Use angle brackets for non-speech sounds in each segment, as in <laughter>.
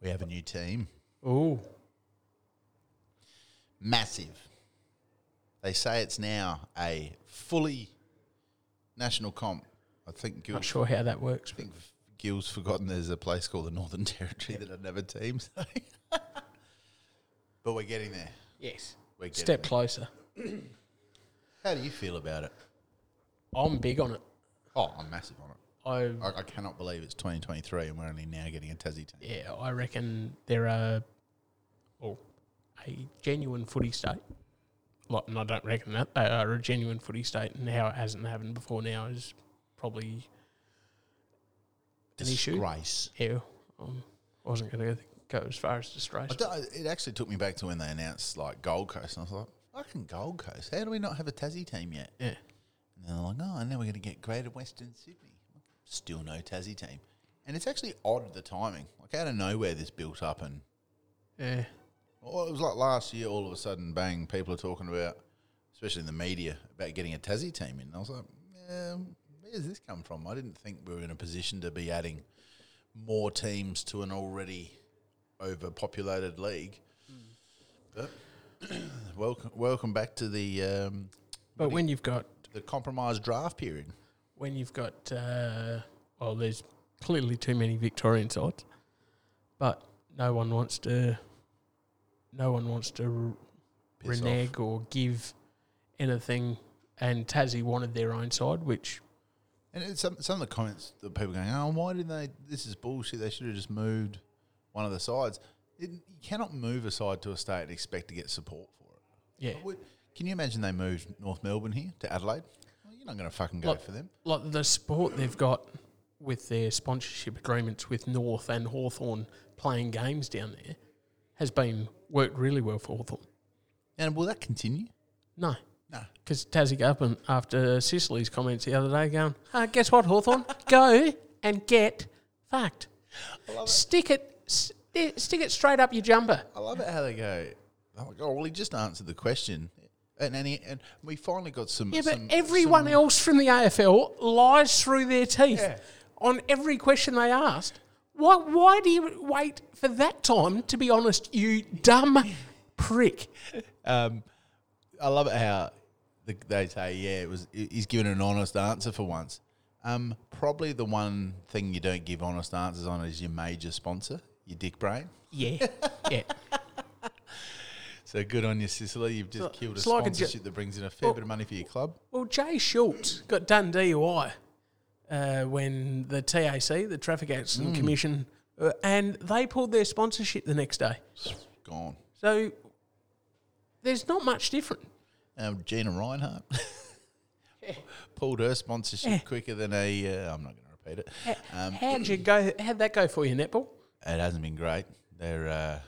We have a new team. Ooh. Massive. They say it's now a fully national comp. I think Gil, Not sure how that works. I think Gil's forgotten there's a place called the Northern <laughs> Territory that doesn't have a team. So. <laughs> but we're getting there. Yes. We're getting Step there. closer. How do you feel about it? I'm big on it. Oh, I'm massive on it. I I, I cannot believe it's 2023 and we're only now getting a Tassie team. yeah, I reckon there are well, a genuine footy state. Like, and I don't reckon that they are a genuine footy state, and how it hasn't happened before now is probably an issue. Disgrace. Yeah, um, I wasn't going to go as far as disgrace. I don't- it actually took me back to when they announced like Gold Coast, and I was like, "Fucking Gold Coast! How do we not have a Tassie team yet?" Yeah, And they're like, "Oh, and now we're going to get Greater Western Sydney. Still no Tassie team." And it's actually odd the timing. Like out of nowhere, this built up, and yeah, well, it was like last year. All of a sudden, bang! People are talking about, especially in the media, about getting a Tassie team in. And I was like, um, "Where's this come from?" I didn't think we were in a position to be adding more teams to an already overpopulated league. But <clears throat> welcome, welcome back to the um, but when you've got the compromised draft period. when you've got uh, well, there's clearly too many Victorian sides, but no one wants to. No one wants to r- Piss off. renege or give anything, and Tassie wanted their own side, which And it's some some of the comments that people are going, oh, why didn't they? This is bullshit. They should have just moved one of the sides. It, you cannot move a side to a state and expect to get support for it. yeah, Would- Can you imagine they moved North Melbourne here to Adelaide? Well, you're not going to fucking go Look, for them. like the support they've got with their sponsorship agreements with North and Hawthorn playing games down there has been worked really well for Hawthorn. And will that continue? No, No. because Tassie got up and after Sicily's comments the other day, going, ah, guess what, <laughs> Hawthorn? Go and get fucked. Stick it, sti- stick it straight up your jumper. I love it how they go, oh, my God, well, he just answered the question. And, and, he, and we finally got some. Yeah, but some- everyone some- else from the AFL lies through their teeth Yeah. on every question they asked. Why, why do you wait for that time to be honest, you dumb <laughs> prick? Um, I love it how the, they say, "Yeah, it was." He's given an honest answer for once. Um, probably the one thing you don't give honest answers on is your major sponsor, your dick brain. Yeah, yeah. So good on you, Sicily. You've just killed a it's like a ge- sponsorship that brings in a fair bit of money for your club. Well, Jay Schultz got done DUI uh, when the TAC, the Traffic Accident Commission, uh, and they pulled their sponsorship the next day. Gone. So there's not much different. Um, Gina Reinhart <laughs> pulled her sponsorship Eh. quicker than a. Uh, I'm not going to repeat it. how'd you go? How'd that go for you, netball? It hasn't been great. They're uh,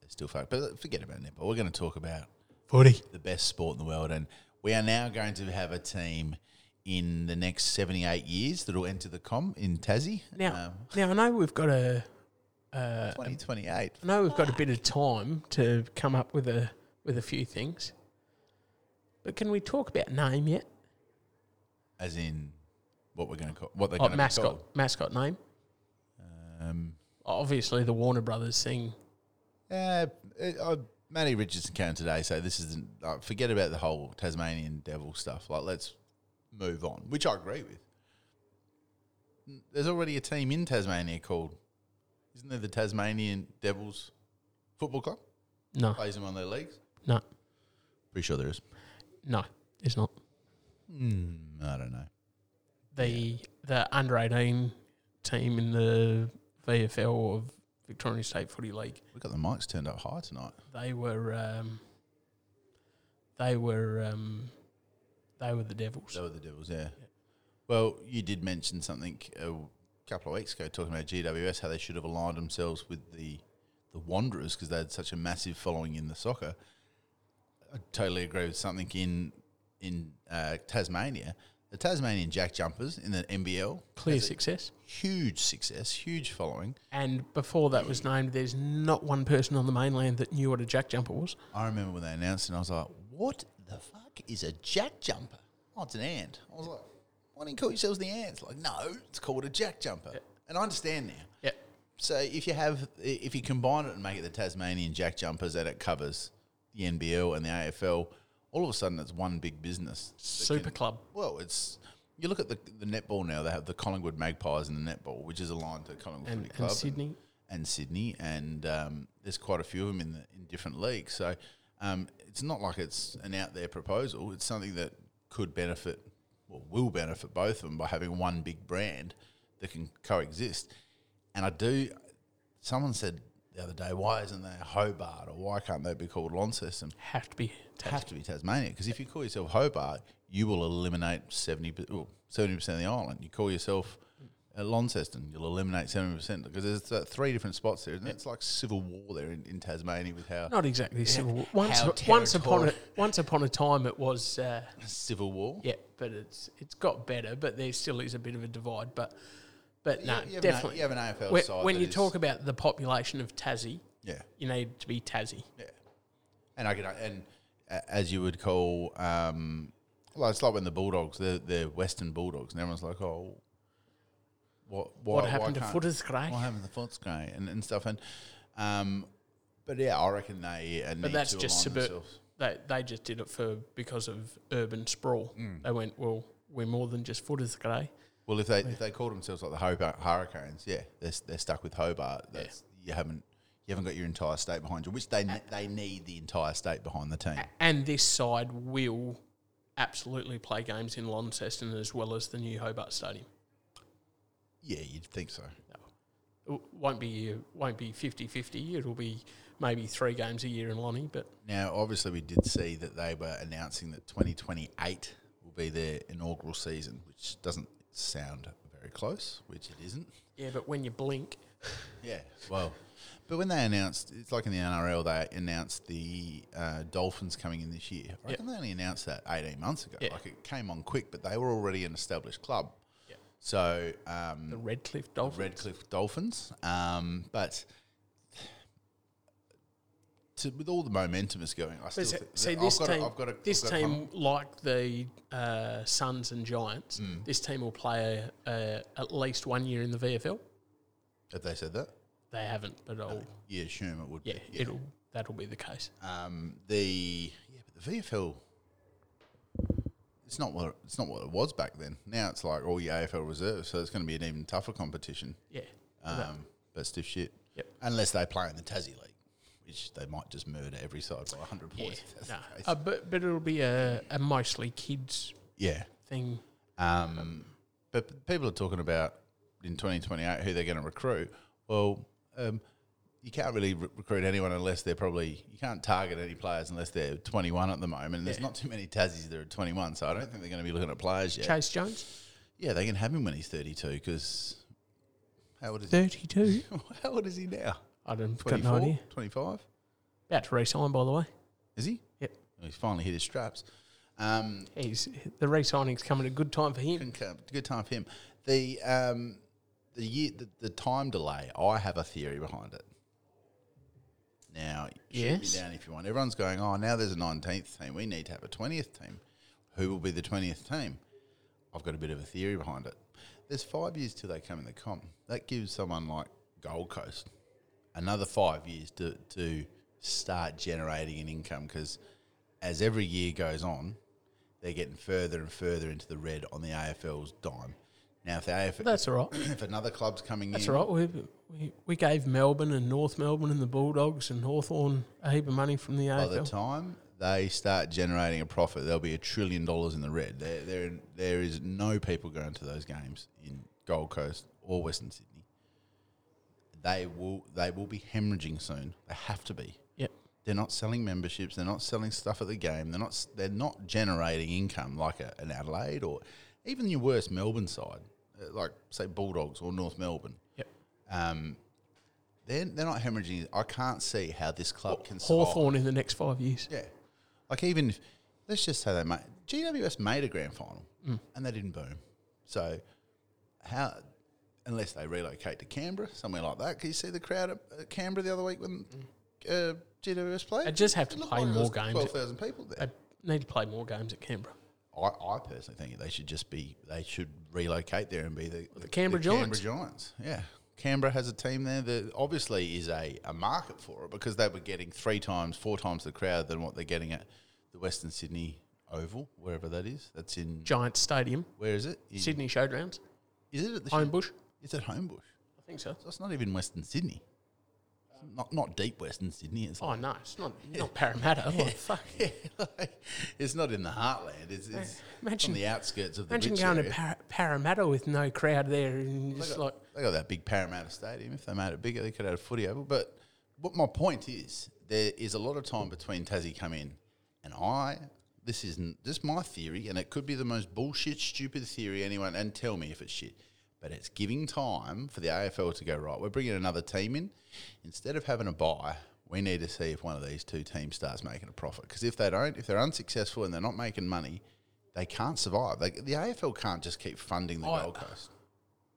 they're still fucked. But forget about netball. We're going to talk about Footy. the best sport in the world. And we are now going to have a team in the next 78 years that will enter the com in Tassie. Now, uh, now I know we've got a Um, 2028. I know we've got a bit of time to come up with a with a few things, but can we talk about name yet? As in what we're going to call what they're Oh, going to mascot Be called. mascot name. Um, Obviously, the Warner Brothers thing. uh, it, uh, Matty Richardson came today, so this isn't. Uh, forget about the whole Tasmanian devil stuff. Like, let's move on, which I agree with. N- There's already a team in Tasmania called, isn't there the Tasmanian Devils Football Club? No, Plays them on their legs. no, Pretty sure there is. no, it's not. Mm, I don't know. The the under eighteen team in the VFL or Victorian State Footy League. We got the mics turned up high tonight. They were um, they were um, they were the Devils. They were the Devils, yeah. Well, you did mention something a couple of weeks ago talking about GWS how they should have aligned themselves with the the Wanderers because they had such a massive following in the soccer. I totally agree with something in in uh, Tasmania. The Tasmanian Jack Jumpers in the NBL, Clear success. huge success, huge following. And before that was named, there's not one person on the mainland that knew what a jack jumper was. I remember when they announced it, and I was like, what the fuck is a jack jumper? Oh, it's an ant. I was like, why do not you call yourselves the ants? Like, no, it's called a jack jumper. And I understand now. Yep. So if you have, i- if you combine it and make it the Tasmanian Jack Jumpers, that it covers the NBL and the AFL. All of a sudden, it's one big business. that Super can- club. Well, it's you look at the the netball now. They have the Collingwood Magpies in the netball, which is aligned to Collingwood And- Footy and Club Sydney. and, Sydney, and um, there's quite a few of them in the, in different leagues. So um, it's not like it's an out there proposal. It's something that could benefit, or will benefit both of them by having one big brand that can coexist. And I do. Someone said the other day, why isn't there Hobart or why can't they be called Launceston? Have to be. have to be Tasmania because if you call yourself Hobart, you will eliminate 70 percent of the island. You call yourself uh, Launceston, you'll eliminate seventy percent because there's uh, three different spots there, and it's like civil war there in, in Tasmania with how Not exactly civil. War. Once, How once upon <laughs> a, territorial. once upon a time, it was. Uh, <laughs> civil war. yeah, but it's it's got better, but there still is a bit of a divide. But but you no, have an A- definitely. you have an AFL when, side when that you is- talk about the population of Tassie, yeah, you need to be Tassie. yeah. And I can uh, and a- as you would call, um, well, it's like when the Bulldogs, they're, they're Western Bulldogs, and everyone's like, oh. What, why, What why happened to can't- Footers Grey? What happened to Fonts guy and, and stuff? And um, but yeah, I reckon they uh, need But that's to just align suburb. themselves. They they just did it for because of urban sprawl. Mm. They went well. We're more than just footers today. Well, if they if they call themselves like the Hobart Hurricanes, yeah, they're, s- they're stuck with Hobart. That's you haven't you haven't got your entire state behind you, which they Uh, ne- they need the entire state behind the team. And this side will absolutely play games in Launceston as well as the new Hobart Stadium. Yeah, you'd think so. It won't be uh, won't be 50-50. It'll be maybe three games a year in Lonnie, but Now, obviously, we did see that they were announcing that 2028 will be their inaugural season, which doesn't sound very close, which it isn't. yeah. But when you blink, Yeah, well, but when they announced, it's like in the NRL, they announced the uh, Dolphins coming in this year. I reckon they only announced that 18 months ago. Yeah. Like it came on quick, but they were already an established club. Yeah. So um, the Redcliffe Dolphins. Redcliffe Dolphins. Um, but to, with all the momentum is going, I still But think- see, I've this got a- team, I've got a- this I've got a- team, like the uh, Suns and Giants, Hmm. this team will play a, a, at least one year in the VFL. Have they said that? They haven't, but I'll, You assume it would. yeah, be. it'll that'll be the case. Um, the yeah, but the VFL. It's not what it's not what it was back then. Now it's like all your AFL reserves, so it's going to be an even tougher competition. Yeah, Um, but stiff shit. Yep. Unless they play in the Tassie league, which they might just murder every side by hundred yeah, points. if that's the nah. case. Uh, but but it'll be a, a mostly kids yeah. thing. Um, but p- people are talking about in 2028 who they're going to recruit. Well, um, you can't really re- recruit anyone unless they're probably you can't target any players unless they're 21 at the moment. And there's not too many Tassies that are 21, so I don't think they're going to be looking at players yet. Chase Jones, Yeah, they can have him when he's 32 because how old is he? thirty-two. <laughs> How old is he now? I don't got 24, no idea. 25? About to resign, by the way. Is he? Oh, Yep, He's finally hit his straps. Um, he's the resigning's coming at a good time for him. Good co- Good time for him. The um, the year the, the time delay. I have a theory behind it. Now, shoot Yes. me down if you want. Everyone's going. Oh, now there's a nineteenth team. We need to have a twentieth team. Who will be the twentieth team? I've got a bit of a theory behind it. There's five years till they come in the comp. That gives someone like Gold Coast another five years to, to start generating an income because as every year goes on, they're getting further and further into the red on the AFL's dime. Now, if the AFL, That's all right. <clears throat> if another club's coming That's in, right. We, we we gave Melbourne and North Melbourne and the Bulldogs and Hawthorn a heap of money from the by the AFL. time they start generating a profit, there'll be a trillion dollars in the red. There, there, there is no people going to those games in Gold Coast or Western Sydney. They will, they will be hemorrhaging soon. They have to be. Yep. They're not selling memberships. They're not selling stuff at the game. They're not. They're not generating income like a, an Adelaide or even your worst Melbourne side, uh, like say Bulldogs or North Melbourne. Yep. Um, they're they're not hemorrhaging. I can't see how this club can survive. Hawthorn in the next five years. Yeah, like even if, let's just say they made GWS made a grand final and they didn't boom. So how unless they relocate to Canberra somewhere like that? Can you see the crowd at at Canberra the other week when uh, GWS played? They just have to It looked play like it more was games. Twelve thousand people there. They need to play more games at Canberra. I, I personally think they should just be they should relocate there and be the, the, Canberra Canberra Giants. Yeah, Canberra has a team there. There obviously is a, a market for it because they were getting three times, four times the crowd than what they're getting at the Western Sydney Oval, wherever that is. That's in Giant Stadium, where is it? In- Sydney Showgrounds, Is it at the Home Sh- Bush. It's at Homebush. I think so. So it's not even Western Sydney. It's Not not deep Western Sydney. It's Oh no, it's not <laughs> not Parramatta. What the <laughs> fuck? like, <laughs> it's not in the heartland. It's, it's Imagine- on the outskirts of the Imagine rich going to area. Par- Parramatta with no crowd there and They just got- like they got that big Parramatta Stadium. If they made it bigger, they could have had a footy oval. But what my point is, there is a lot of time between Tassie come in and I. This isn't just my theory, and it could be the most bullshit, stupid theory anyone. And tell me if it's shit. But it's giving time for the AFL to go right. We're bringing another team in instead of having a buy. We need to see if one of these two teams starts making a profit. Because if they don't, if they're unsuccessful and they're not making money, they can't survive. They, the AFL can't just keep funding the I- Gold Coast.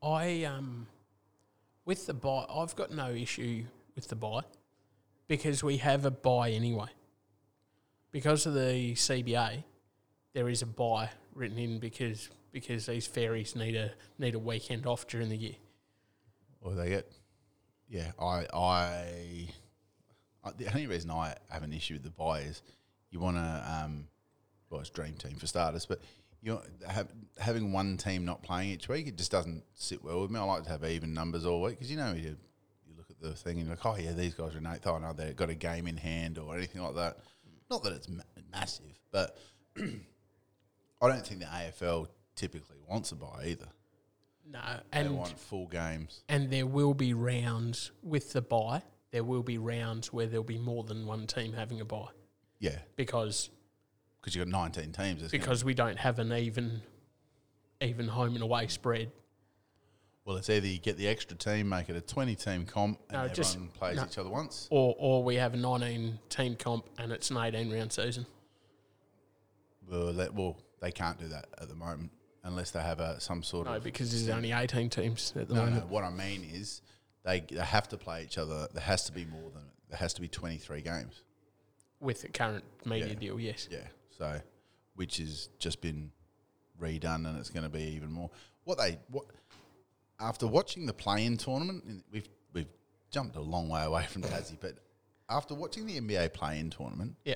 I um with the buy, I've got no issue with the buy because we have a buy anyway. Because of the CBA, there is a buy written in because because these fairies need a need a weekend off during the year. Or they get, yeah. I, I, I the only reason I have an issue with the buy is you want to, um, well, it's dream team for starters, but you know, have, having one team not playing each week, it just doesn't sit well with me. I like to have even numbers all week because you know you, you look at the thing and you're like, oh yeah, these guys are an eighth. Oh no, they've got a game in hand or anything like that. Not that it's ma- massive, but <clears throat> I don't think the AFL typically wants a buy either. No, They and want full games. and there will be rounds with the buy. There will be rounds where there'll be more than one team having a buy Yeah, because because you've got 19 teams. It's gonna because we don't have an even even home and away spread. Well, it's either you get the extra team, make it a 20 team comp, and No, everyone just- plays no. each other once. or or we have a 19 team comp and it's an 18 round season. Well, that, well, they can't do that at the moment unless they have a, some sort No, of. because there's only 18 teams at the No, no, moment. what I mean is they, they have to play each other. There has to be more than. There has to be 23 games. With the current media Yeah. deal, yes. Yeah. So, which has just been redone, and it's going to be even more. What they what after watching the play-in tournament, and we've we've jumped a long way away from Tassie, but after watching the NBA play-in tournament, Yeah.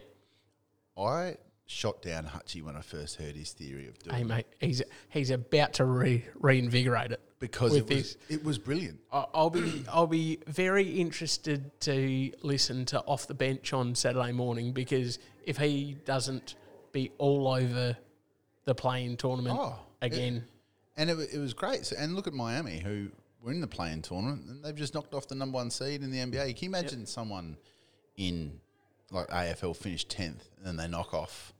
I shot down Hutchie when I first heard his theory of doing Hey, it mate, he's he's about to re- reinvigorate it. because it with was, this. it was brilliant. I- I'll be I'll be very interested to listen to off the bench on Saturday morning because if he doesn't be all over the playing tournament Oh, it- again, And it, wa- it was great. So, and look at Miami, who were in the playing tournament, and they've just knocked off the number one seed in the NBA. Can you imagine someone in like AFL finished tenth, and then they knock off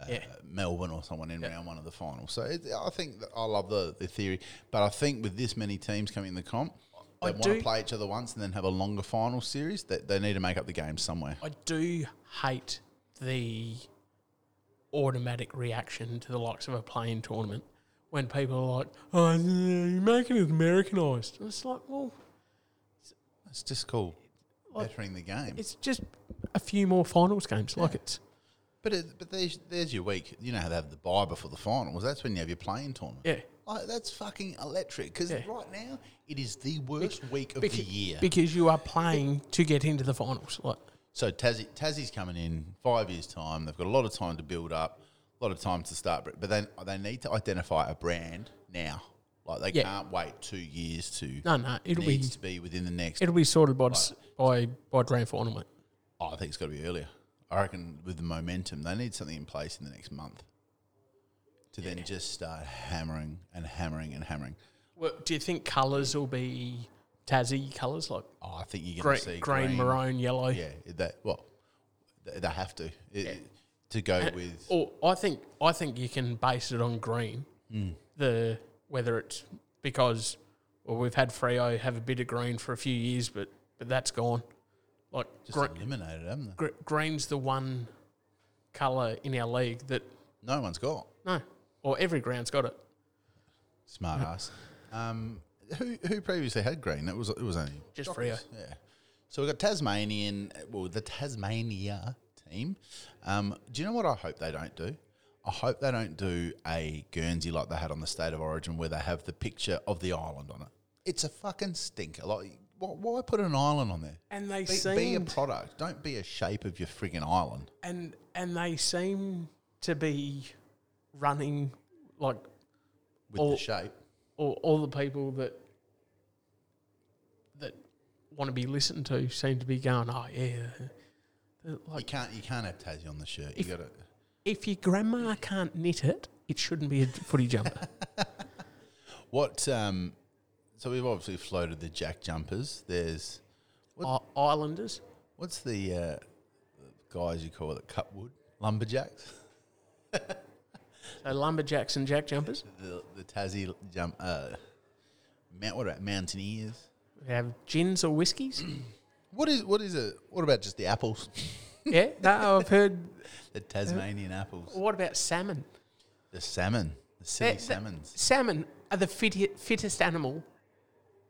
uh, Yeah. Melbourne or someone in round one of the final? So it, I think that I love the, the theory, but I think with this many teams coming in the comp. They I want to do- play each other once and then have a longer final series. That they need to make up the game somewhere. I do hate the automatic reaction to the likes of a playing tournament when people are like, "Oh, yeah, you're making it Americanized." And it's like, well, It's just called Like, bettering the game. it's just a few more finals games. Like it's But it, but there's there's your week. You know how they have the bye before the finals. That's when you have your playing tournament. yeah, Like, that's fucking electric. Because Yeah. right now it is the worst week of becau- the year. because you are playing to get into the finals. Like so Tassie, Tassie's coming in five years time. They've got a lot of time to build up, a lot of time to start. But then they need to identify a brand now. Like they Yeah. can't wait two years to. no, no, it'll needs be to be within the next. it'll be sorted by s by by grand final. Mate. Oh, I think it's got to be earlier. I reckon with the momentum, they need something in place in the next month to then just start hammering and hammering and hammering. Well, do you think colours will be Tassie colours like Oh, I think you're going to green, see green, maroon, yellow? Yeah, that well, th- they have to it, to go with. Or I think I think you can base it on green. Mm. The whether it's because well we've had Freo have a bit of green for a few years, but but that's gone. Like Just gre- eliminated, haven't they? gre- green's the one colour in our league that No one's got no, or every ground's got it. smart ass. Um, who who previously had green? That was it was only Just Dockers, Yeah. So we have got Tasmanian. Well, the Tasmania team. Um, do you know what I hope they don't do? I hope they don't do a Guernsey like they had on the State of Origin, where they have the picture of the island on it. It's a fucking stinker. Like, why, why put an island on there? And they Be, seem be a product. Don't be a shape of your friggin' island. and and they seem to be running like with Or- the shape. all, all the people that that want to be listened to seem to be going, oh yeah. They're you Like can't you can't have Tassie on the shirt. You If- got to. if your grandma can't knit it, it shouldn't be a <laughs> footy jumper. What? Um, so we've obviously floated the jack jumpers. There's I- Islanders, what's the, uh, the guys you call it cutwood lumberjacks? so lumberjacks and jack jumpers. The the Tassie jump. Uh, mount, what about mountaineers? They have gins or whiskies. <laughs> What is what is it? What about just the apples? yeah, no, I've heard. <laughs> The Tasmanian apples. What about salmon? The salmon. The silly That- that- salmons. Salmon are the fitti- fittest animal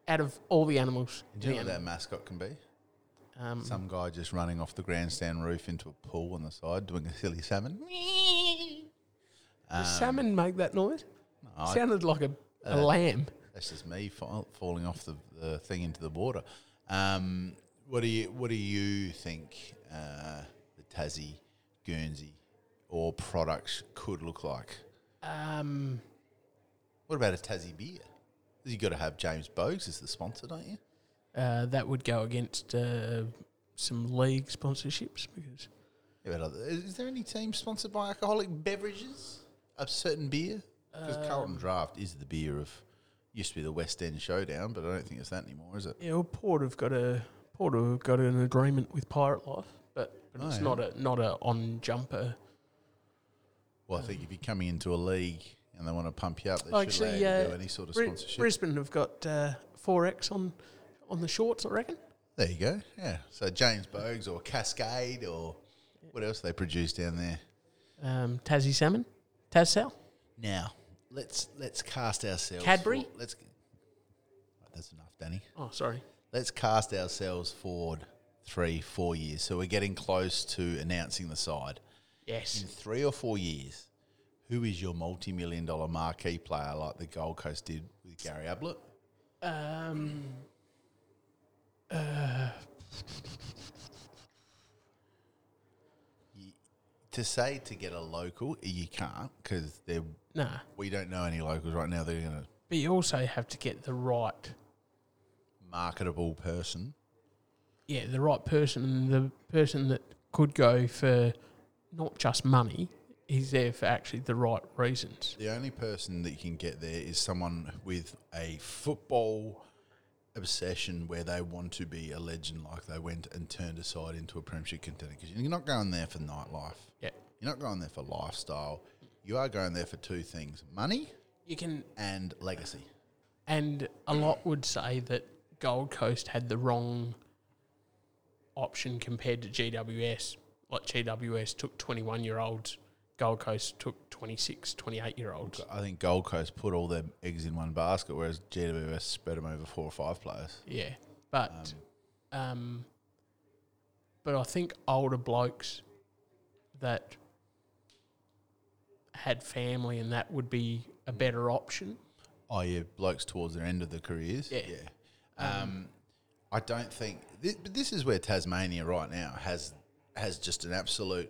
out of all the animals. Do you know Yeah. what that mascot can be? Um, Some guy just running off the grandstand roof into a pool on the side doing a silly salmon. does salmon make that noise? I- Uh, Sounded like a, a lamb. That's just me fa- falling off the, the thing into the water. Um, what do you What do you think uh, the Tassie, Guernsey, or products could look like? Um, What about a Tassie beer? You got to have James Bogues as the sponsor, don't you? uh, that would go against uh, some league sponsorships because Yeah, but other- is is there any team sponsored by alcoholic beverages? A certain beer? Because Carlton Draft is the beer of used to be the West End Showdown, but I don't think it's that anymore, is it? yeah, well, Port have got a Port have got an agreement with Pirate Life, but, but Oh, it's yeah. not a not a on jumper. Well, I think if you're coming into a league and they want to pump you up, they Oh, should allow actually, you to uh, do any sort of Bri- sponsorship. Brisbane have got uh, four X on on the shorts, I reckon. there you go. Yeah. So James Bogues or Cascade or what else they produce down there. Um, Tassie salmon, Tas Sal. Now let's let's cast ourselves. Cadbury? for- let's. That's enough, Danny. Oh, sorry. Let's cast ourselves forward three, four years. So we're getting close to announcing the side. Yes, In three or four years, who is your multi-million dollar marquee player like the Gold Coast did with Gary Ablett? Um, To say to get a local, you can't because they're nah, we don't know any locals right now. They're going to but you also have to get the right, marketable person. yeah, the right person, and the person that could go for not just money. He's there for actually the right reasons. The only person that you can get there is someone with a football obsession where they want to be a legend, like they went and turned aside into a premiership contender. Because you're not going there for nightlife. Yeah, You're not going there for lifestyle. You are going there for two things: money you can, and legacy. and a lot would say that Gold Coast had the wrong option compared to GWS. Like GWS took twenty-one year olds, Gold Coast took 26, 28 year olds. I think Gold Coast put all their eggs in one basket, whereas GWS spread them over four or five players. Yeah, but um, but I think older blokes that had family and that would be a Mm. better option. Oh yeah, blokes towards their end of their careers. Yeah. Um, I don't think, thi- but this is where Tasmania right now has has just an absolute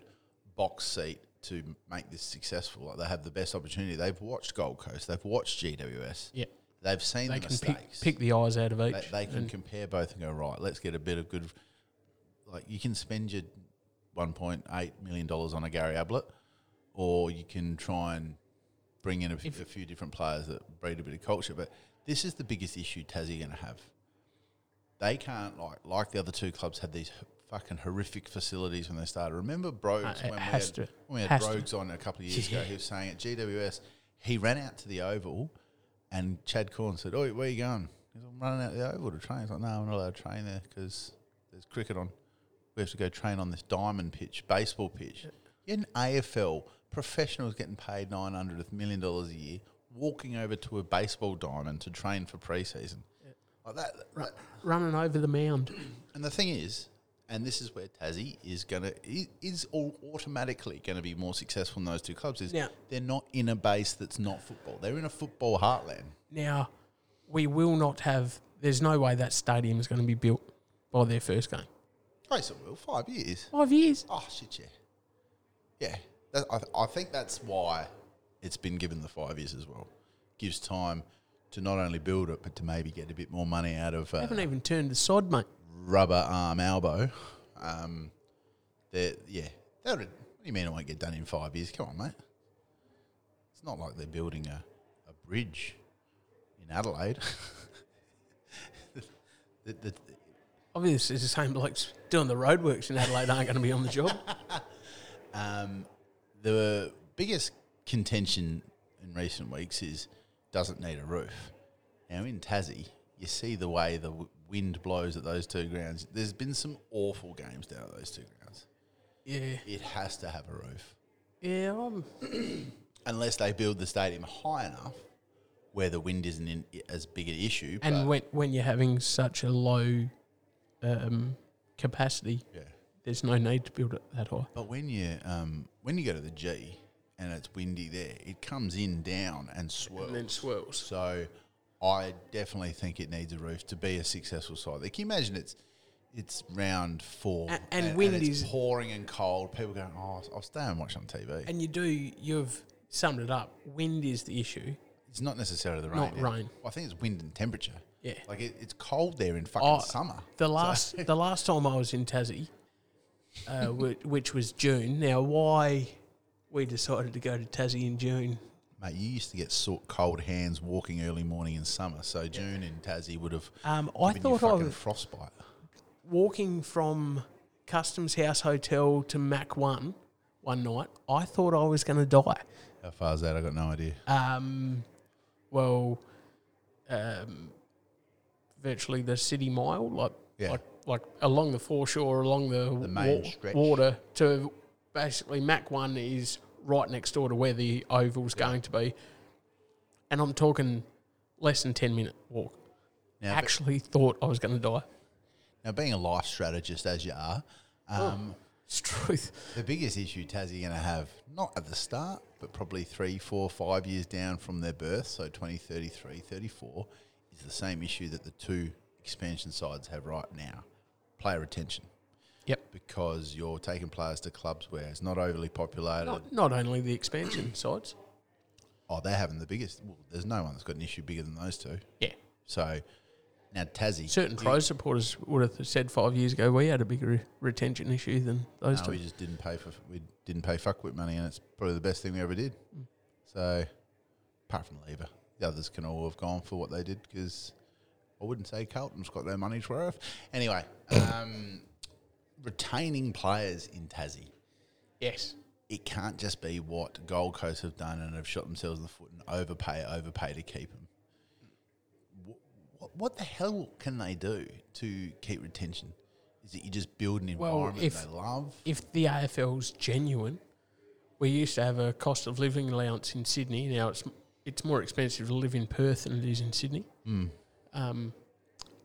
box seat to make this successful. Like they have the best opportunity. They've watched Gold Coast. They've watched GWS. Yeah, They've seen they the can pick, mistakes. pick the eyes out of each. they, they can compare both and go right. Let's get a bit of good. Like you can spend your one point eight million dollars on a Gary Ablett, or you can try and bring in a, f- a few different players that breed a bit of culture. But this is the biggest issue Tassie going to have. They can't like like the other two clubs had these h- fucking horrific facilities when they started. Remember Brogues Uh, it when, we has had, to. when we had Has to. Brogues on a couple of years ago. He was saying at GWS he ran out to the Oval and Chad Corn said, "Oi, where you going?" He said, "I'm running out the oval to train." He's like, "No, I'm not allowed to train there because there's cricket on. We have to go train on this diamond pitch, baseball pitch." You're an AFL professionals getting paid nine hundred million dollars a year, walking over to a baseball diamond to train for preseason. Like that, right? running over the mound. And the thing is, and this is where Tassie is gonna i- is all automatically going to be more successful than those two clubs. Is Yeah. they're not in a base that's not football. They're in a football heartland. Now, we will not have. There's no way that stadium is going to be built by their first game. Oh, yes, it will. Five years. Five years. Oh, shit, yeah. Yeah. That, I, th- I think that's why it's been given the five years as well. Gives time to not only build it, but to maybe get a bit more money out of uh, haven't even turned the sod, mate. rubber arm elbow. Um, they're, yeah. That would, what do you mean it won't get done in five years? Come on, mate. It's not like they're building a, a bridge in Adelaide. <laughs> the, the, Obviously, it's the same blokes doing the roadworks in Adelaide aren't going to be on <laughs> the job. Um, the biggest contention in recent weeks is doesn't need a roof. Now in Tassie, you see the way the w- wind blows at those two grounds. There's been some awful games down at those two grounds. Yeah, It has to have a roof yeah. I'm, unless they build the stadium high enough where the wind isn't in, as big an issue. and but- when when you're having such a low um, capacity, yeah. there's no need to build it that high. But when you um, when you go to the G and it's windy there, it comes in down and swirls. And then swirls. So I definitely think it needs a roof to be a successful side. Like, can you imagine it's it's round four A- and wind it's is- pouring and cold. People going, oh, I'll stay and watch on TV. And you do. You've summed it up. Wind is the issue. it's not necessarily the rain. Not rain. I think it's wind and temperature. Yeah. Like it, it's cold there in fucking Oh, summer. The last <laughs> the last time I was in Tassie, uh, which, which was June. Now, why we decided to go to Tassie in June? Mate, you used to get sort cold hands walking early morning in summer. So June in Tassie would have Um, I given you thought I fucking was frostbite. walking from Customs House Hotel to Mac One one night. I thought I was going to die. How far is that? I got no idea. Um, well, um, virtually the city mile, like Yeah. like like along the foreshore, along the, main wa- stretch. water to basically Mac One is right next door to where the oval's going to be, and I'm talking less than ten minute walk. Now, but- Actually, thought I was going to die. now being a life strategist as you are, um, It's truth. The biggest issue Tassie going to have, not at the start, but probably three, four, five years down from their birth, so 2033, 34, is the same issue that the two expansion sides have right now player retention. Yep. Because you're taking players to clubs where it's not overly populated. Not, not only <clears throat> the expansion sides. Oh, they're having the biggest. Well, there's no one that's got an issue bigger than those two. Yeah. So now Tassie. Certain pro supporters would have said five years ago we had a bigger retention issue than those No, two. uh, we just didn't pay for we didn't pay fuckwit money, and it's probably the best thing we ever did. So, apart from Lever, the others can all have gone for what they did because I wouldn't say Carlton's got their money's worth. Anyway, um, <coughs> retaining players in Tassie, Yes. it can't just be what Gold Coast have done and have shot themselves in the foot and overpay, overpay to keep them. What, what the hell can they do to keep retention? Is it you just build an Well, environment if- they love? If the AFL's genuine, we used to have a cost of living allowance in Sydney. Now it's it's more expensive to live in Perth than it is in Sydney. Um,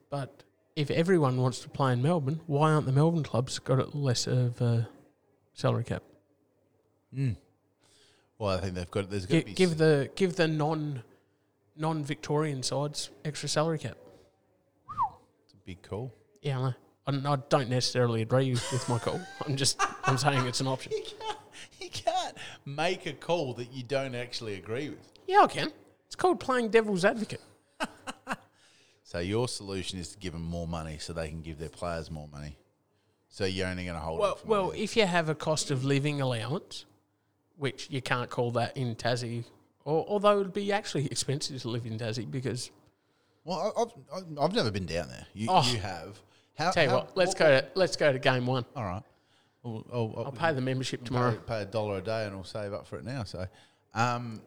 but if everyone wants to play in Melbourne, why aren't the Melbourne clubs got it less of a salary cap? Well, I think they've got. There's going to Give, be give the give the non non Victorian sides extra salary cap. it's a big call. <laughs> Yeah, I know. I don't, I don't necessarily agree with my call. I'm just I'm saying it's an option. You can't, you can't make a call that you don't actually agree with. Yeah, I can. It's called playing devil's advocate. So your solution is to give them more money so they can give their players more money. So you're only going to hold. Well, it for well, money. if you have a cost of living allowance, which you can't call that in Tassie, or, although it would be actually expensive to live in Tassie because well, I- I've, I've I've never been down there. You, Oh. you have. How, tell you how- what, let's go to let's go to game one. All right. Well, I'll, I'll, I'll pay the membership tomorrow. tomorrow. Pay, a dollar a day, and I'll save up for it now. So, um,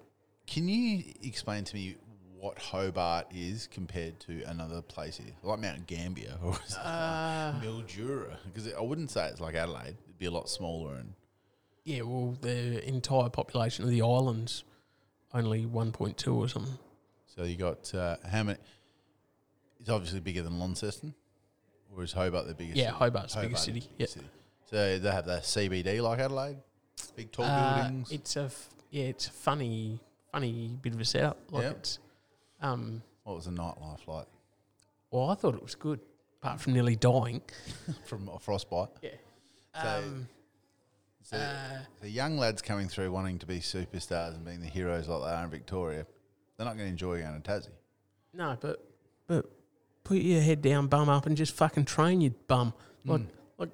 can you explain to me what Hobart is compared to another place here, like Mount Gambier or <laughs> something Uh. like Mildura? Because I wouldn't say it's like Adelaide; it'd be a lot smaller. And Yeah, well, the entire population of the islands only 1.2 or something. so you got uh, how many? It's obviously bigger than Launceston, or is Hobart the biggest? Yeah, city? Hobart's the biggest Hobart is city, the biggest city. So they have that CBD like Adelaide, big tall Uh, buildings. It's a f- yeah, it's a funny, funny bit of a setup. Like Yep. it's um, What was the nightlife like Well, I thought it was good, apart from nearly dying. from a frostbite? Yeah. So- Um, So uh, the young lads coming through wanting to be superstars and being the heroes like they are in Victoria, they're not going to enjoy going to Tassie. no, but but put your head down, bum up, and just fucking train your bum. Like like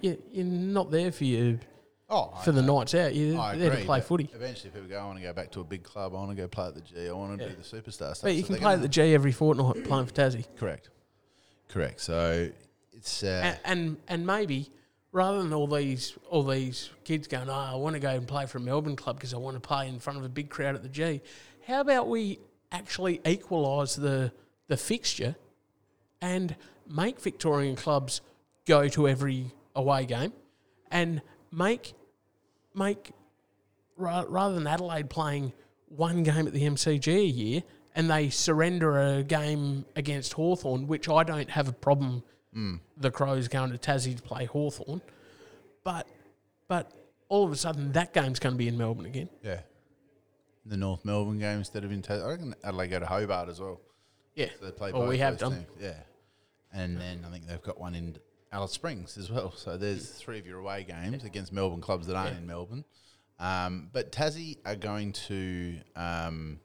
yeah, you're not there for your Oh, I for the know. nights out. You're I there to agree, play but footy. Eventually, people go, I want to go back to a big club. I want to go play at the G. I want to Yeah. do the superstar stuff. But you So can they're play at gonna- the G every fortnight playing for Tassie. <laughs> Correct. Correct. So it's. Uh, and, and and maybe rather than all these all these kids going, oh, I want to go and play for a Melbourne club because I want to play in front of a big crowd at the G. How about we actually equalise the the fixture and make Victorian clubs go to every away game and make make ra- rather than Adelaide playing one game at the MCG a year and they surrender a game against Hawthorn, which I don't have a problem the Crows going to Tassie to play Hawthorn, but but all of a sudden that game's going to be in Melbourne again. yeah. The North Melbourne game instead of in Tassie. I reckon Adelaide go to Hobart as well. Yeah. So they play Well, we both have those done. teams. Yeah. And then I think they've got one in Alice Springs as well. So there's three of your away games against Melbourne clubs that aren't in Melbourne. Um, but Tassie are going to. Um,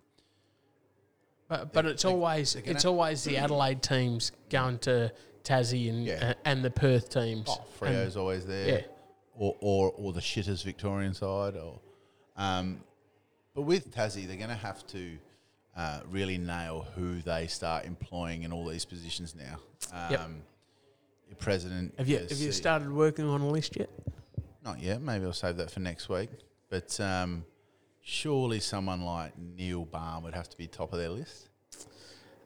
But, but it's always gonna- it's <clears throat> always the Adelaide teams going to Tassie and Yeah. a- and the Perth teams. Oh, Freo's always there. yeah. Or, or or the shitters Victorian side. Or, um, but with Tassie, they're going to have to uh, really nail who they start employing in all these positions now. Um, Yep. Your president. Have you your have you C- E started working on a list yet? Not yet. Maybe I'll save that for next week. But um, surely someone like Neil Barn would have to be top of their list.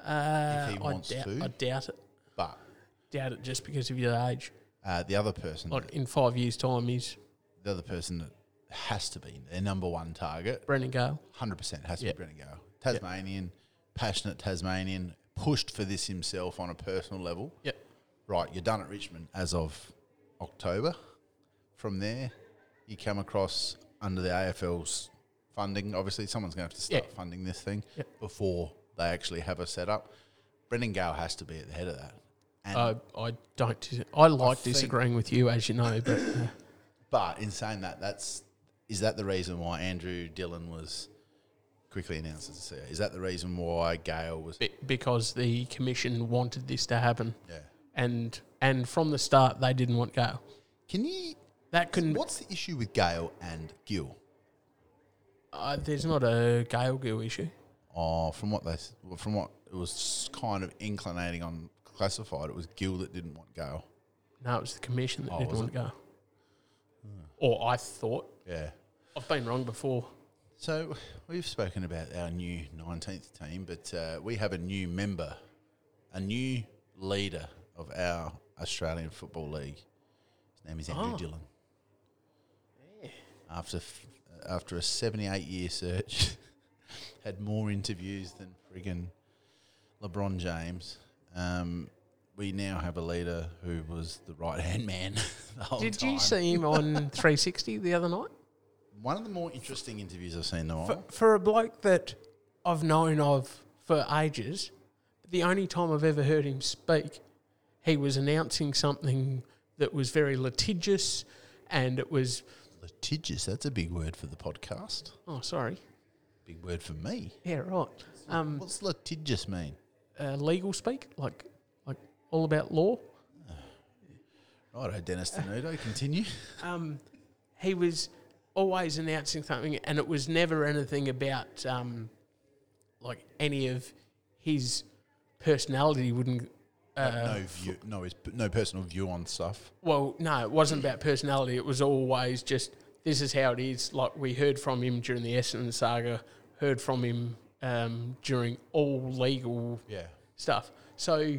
Uh, he wants I doubt, to. I doubt it. But Doubt it just because of your age. uh, the other person, Like in five years' time, he's the other person that has to be their number one target Brendan Gale. hundred percent has to Yeah. be Brennan Gale. Tasmanian, passionate Tasmanian, pushed for this himself on a personal level. Yep. Right, you're done at Richmond as of October. From there, you come across under the AFL's funding. Obviously, someone's going to have to start Yeah. funding this thing Yep. before they actually have a setup. Brendan Gale has to be at the head of that. And I I don't. dis- I like think- disagreeing with you, as you know, <coughs> but uh, But in saying that, that's is that the reason why Andrew Dillon was quickly announced as a CEO? Is that the reason why Gale was? be- because the commission wanted this to happen, Yeah. and and from the start they didn't want Gale. Can you? That couldn't. What's the issue with Gale and Gill? Uh, there's not a Gale Gill issue. Oh, from what they, s- well, from what it was kind of inclinating on classified, it was Gill that didn't want Gale. No, it was the commission that Oh, didn't was Hmm. want Gale. Or I thought Yeah. I've been wrong before. So we've spoken about our new nineteenth team, but uh, we have a new member, a new leader of our Australian Football League. His name is Andrew Oh. Dillon. After f- after a seventy-eight year search, <laughs> had more interviews than friggin' LeBron James. Um, we now have a leader who was the right hand man <laughs> the whole Did time. you <laughs> see him on 360 the other night? One of the more interesting interviews I've seen in a while. For, for a bloke that I've known of for ages, the only time I've ever heard him speak, he was announcing something that was very litigious, and it was Litigious, that's a big word for the podcast. oh sorry, Big word for me. yeah right, um, What's litigious mean? uh, legal speak like like all about law. Righto, Dennis Denudo, continue. um, he was always announcing something, and it was never anything about um, like any of his personality. Wouldn't no view, no, his, no personal view on stuff. well, no, it wasn't about personality. It was always just this is how it is. Like we heard from him during the Essendon saga, heard from him um, during all legal Yeah. stuff. So,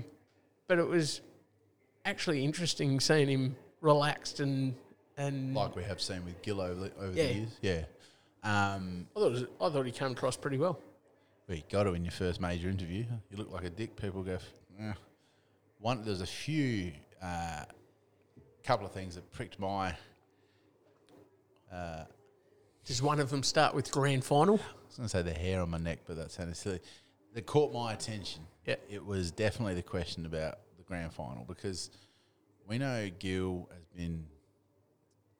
but it was actually interesting seeing him relaxed and and Like we have seen with Gill over, over Yeah. the years. Yeah. Um, I thought, it was, I thought he came across pretty well. well, you got to in your first major interview. You look like a dick. People go, eh. One, there's a few, uh, couple of things that pricked my Does one of them start with grand final? I was going to say the hair on my neck, but that sounded silly. that caught my attention. Yeah. It was definitely the question about the grand final because we know Gil has been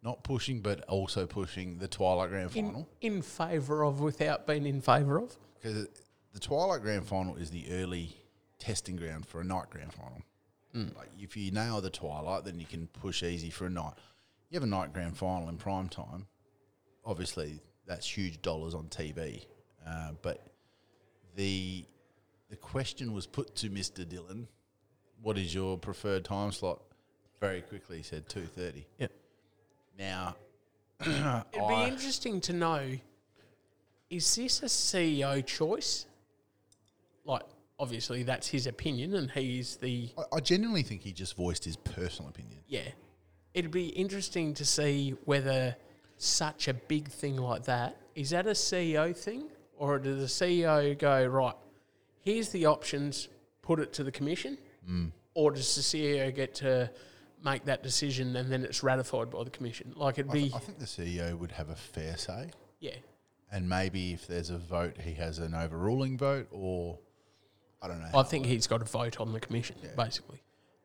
not pushing, but also pushing the Twilight Grand In, Final in favour of, without being in favour of. because the Twilight Grand Final is the early testing ground for a night grand final. Like if you nail the Twilight, then you can push easy for a night. You have a night grand final in prime time. Obviously, that's huge dollars on TV. Uh, but the the question was put to Mister Dillon, "What is your preferred time slot?" Very quickly, he said two thirty. Yeah. Now, It'd be I- interesting to know is this a CEO choice? Like, obviously, that's his opinion, and he's the. I, I genuinely think he just voiced his personal opinion. Yeah. It'd be interesting to see whether such a big thing like that is that a CEO thing? Or does the CEO go, right, here's the options, put it to the commission? Mm. Or does the CEO get to make that decision and then it's ratified by the commission? Like it'd I, th- be, I think the CEO would have a fair say. yeah. and maybe if there's a vote, he has an overruling vote, or I don't know. I think he's got a vote on the commission, basically.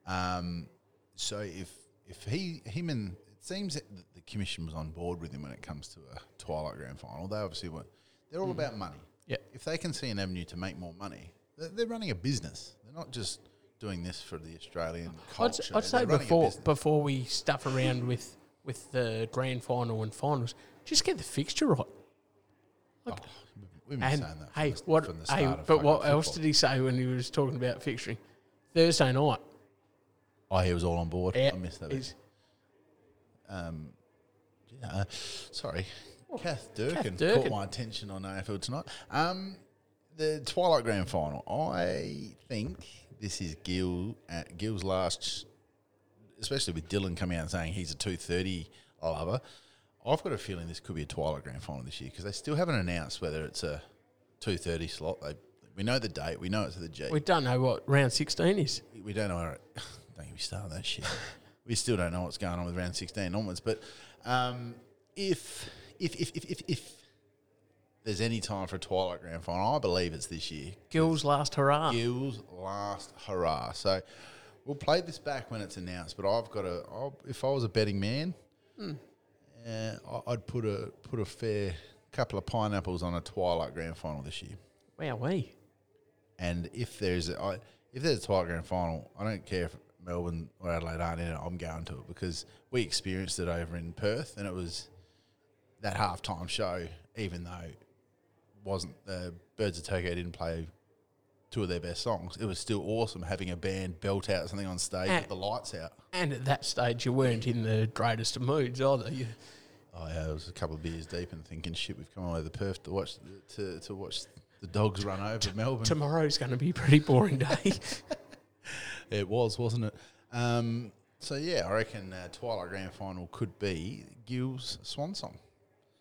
Um, so if if he him and it seems that th- the commission was on board with him when it comes to a Twilight Grand Final. They obviously want they're all about money. Mm. Yeah. If they can see an avenue to make more money, they're, they're running a business. They're not just doing this for the Australian I'd, culture. I'd say They're running a before business. before we stuff around with with the grand final and finals, just get the fixture right. Oh, we've been And saying that. hey, from the, what? From the start Hey, of but what fucking else football. did he say when he was talking about fixturing? Thursday night. Oh, he was all on board. Yeah, I missed that. bit. is Um, yeah, uh, sorry. Kath Durkin, caught Durkin. my attention on AFL tonight. Um, the Twilight Grand Final. I think this is Gil at Gil's last, especially with Dylan coming out and saying he's a two thirty lover. I've got a feeling this could be a Twilight Grand Final this year because they still haven't announced whether it's a two thirty slot. They we know the date, we know it's at the G. we don't know what round sixteen is. We don't know. Our, <laughs> don't get me started on that shit. <laughs> we still don't know what's going on with round sixteen onwards. But um, if, if if if if if there's any time for a Twilight Grand Final, I believe it's this year. Gill's last hurrah. Gill's last hurrah. So we'll play this back when it's announced. But I've got a. I'll, if I was a betting man, uh, I- I'd put a put a fair couple of pineapples on a Twilight Grand Final this year. Wow, we. And if there's a, I, if there's a tight grand final, I don't care if Melbourne or Adelaide aren't in it. I'm going to it because we experienced it over in Perth, and it was that halftime show. Even though it wasn't the Birds of Tokyo didn't play two of their best songs, it was still awesome having a band belt out something on stage Eh. with the lights out. And at that stage, you weren't in the greatest of moods either. You, Oh yeah, it was a couple of beers deep and thinking, shit, we've come all the way to Perth to watch to, to watch the dogs run over Melbourne. tomorrow's going to be a pretty <laughs> boring day. It was, wasn't it? Um, so yeah, I reckon uh, Twilight Grand Final could be Gil's swan song,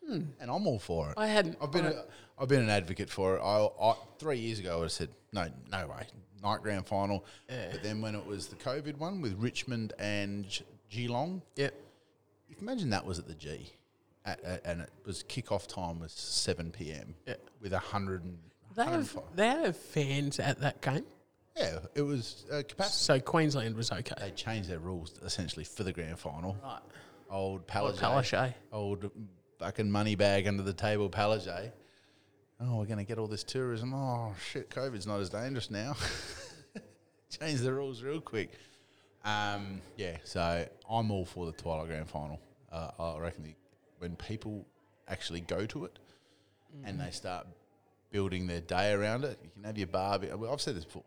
and I'm all for it. Hmm. I hadn't. I've been I- a, I've been an advocate for it. I, I three years ago I would have said no, no way, night grand final. But then when it was the COVID one with Richmond and Ge- Geelong, yeah. if imagine that was at the G, at, at, and it was kickoff time was seven p.m. Yeah. with a hundred and They have, 105. they have fans at that game. yeah, it was uh, capacity. So Queensland was okay. They changed their rules essentially for the grand final. Right. old Palaszczuk, Palaszczuk. old fucking money bag under the table Palaszczuk. Oh, we're going to get all this tourism. Oh shit, COVID's not as dangerous now. <laughs> Change the rules real quick. Um, yeah, so I'm all for the Twilight Grand Final. Uh, I reckon the, when people actually go to it and they start building their day around it, you can have your barbie. well, I've said this before.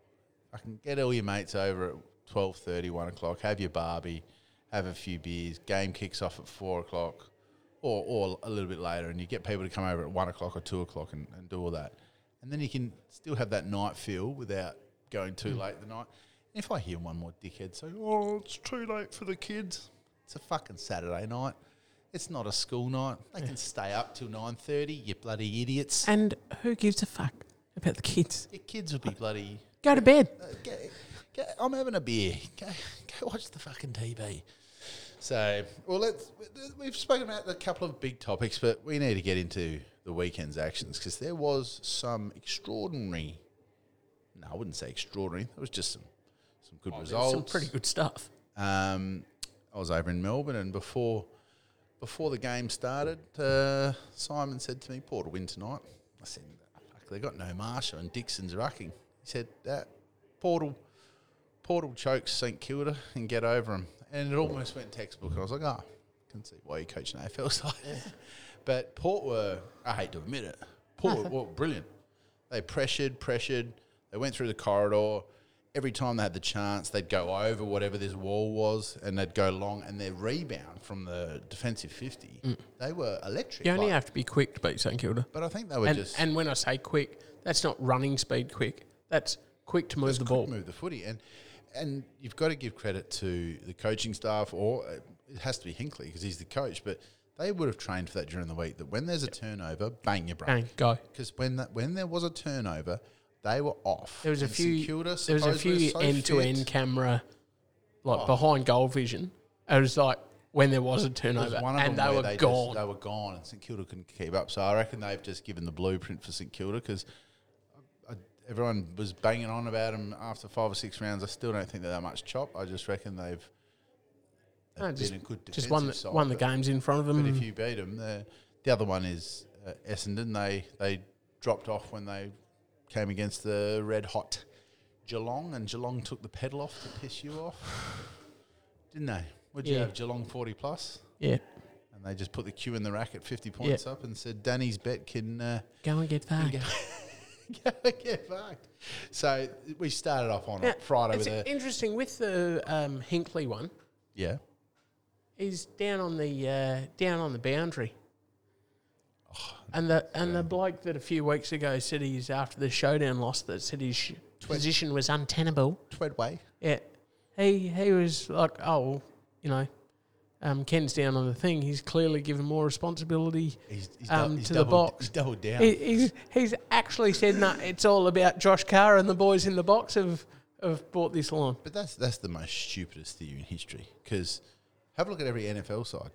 I can get all your mates over at 12.30, 1 o'clock, have your barbie, have a few beers, game kicks off at 4 o'clock or, or a little bit later, and you get people to come over at 1 o'clock or 2 o'clock and, and do all that. And then you can still have that night feel without going too late the night. If I hear one more dickhead say, oh, it's too late for the kids, it's a fucking Saturday night. It's not a school night. They can stay up till 9.30, you bloody idiots. And who gives a fuck about the kids? Your kids will be bloody. Go to bed. uh, Go, go, I'm having a beer. Go, go watch the fucking TV. So, well, let's. We've spoken about a couple of big topics, but we need to get into the weekend's actions because there was some extraordinary no, I wouldn't say extraordinary. It was just some some good There's results. Some pretty good stuff. Um, I was over in Melbourne, and before before the game started, uh, Simon said to me, "Port will win tonight." I said, "Fuck, "They got no Marshall and Dixon's rucking." He said, "That Portal Portal chokes St Kilda and get over them," and it almost went textbook. I was like, "Ah, oh, can see why you coach an AFL <laughs> side." but Port were, I hate to admit it, <laughs> Port were brilliant. They pressured, pressured. They went through the corridor. Every time they had the chance, they'd go over whatever this wall was and they'd go long. And their rebound from the defensive 50, they were electric. You Mm. only like- have to be quick to beat St Kilda. but I think they were And, just and when I say quick, that's not running speed quick. That's quick to move the ball. move the footy. And, and you've got to give credit to the coaching staff, or uh, it has to be Hinkley because he's the coach, but they would have trained for that during the week that when there's a turnover, bang, you break. Bang, go. because when that when there was a turnover, they were off. There was a And few. St Kilda there was a supposedly were few so end to end fit. Oh. camera, like behind goal vision. It was like when there was a There was turnover, one of and them they where were they just- gone. they were gone, and St Kilda couldn't keep up. So I reckon they've just given the blueprint for St Kilda because everyone was banging on about them after five or six rounds. I still don't think they're that much chop. I just reckon they've, they've No, been just- a good defensive just won the, side. won the but- games in front of them. But if you beat them, the, the other one is uh, Essendon. They they dropped off when they came against the red hot Geelong, and Geelong took the pedal off to piss you off, <sighs> didn't they? Would you Yeah. have Geelong forty plus? yeah, And they just put the cue in the rack at fifty points up and said, "Danny's bet can uh, <laughs> go and get that. get fucked." So we started off on a Friday it's with a interesting with the um, Hinkley one. yeah. He's down on the uh, down on the boundary. And the and the bloke that a few weeks ago said he's after the showdown loss that said his sh- position was untenable. Twedway. Yeah, he he was like, oh, well, you know, um, Ken's down on the thing. He's clearly given more responsibility. He's, he's, Um, dou- he's to the doubled, box. He's doubled down. He, he's he's actually said, no, it's all about Josh Carr and the boys in the box have have bought this line. But that's that's the most stupidest theory in history. Because have a look at every NFL side.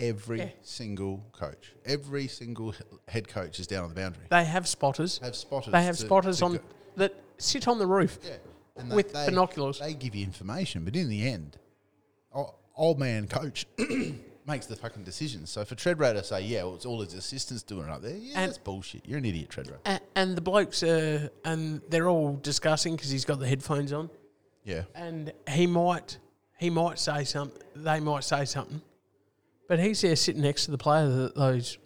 Every Yeah. single coach, every single he- head coach is down on the boundary. They have spotters. Have spotters. They have to- spotters to on go- that sit on the roof. yeah, with binoculars. They give you information, but in the end, o- old man coach <coughs> makes the fucking decisions. So for Treadrad to say, yeah, well, it's all his assistants doing it up there, yeah, And- that's bullshit. You're an idiot, Treadrad. A- and the blokes are, and they're all discussing because he's got the headphones on, Yeah. and he might, he might say something. They might say something, but he's there sitting next to the player that those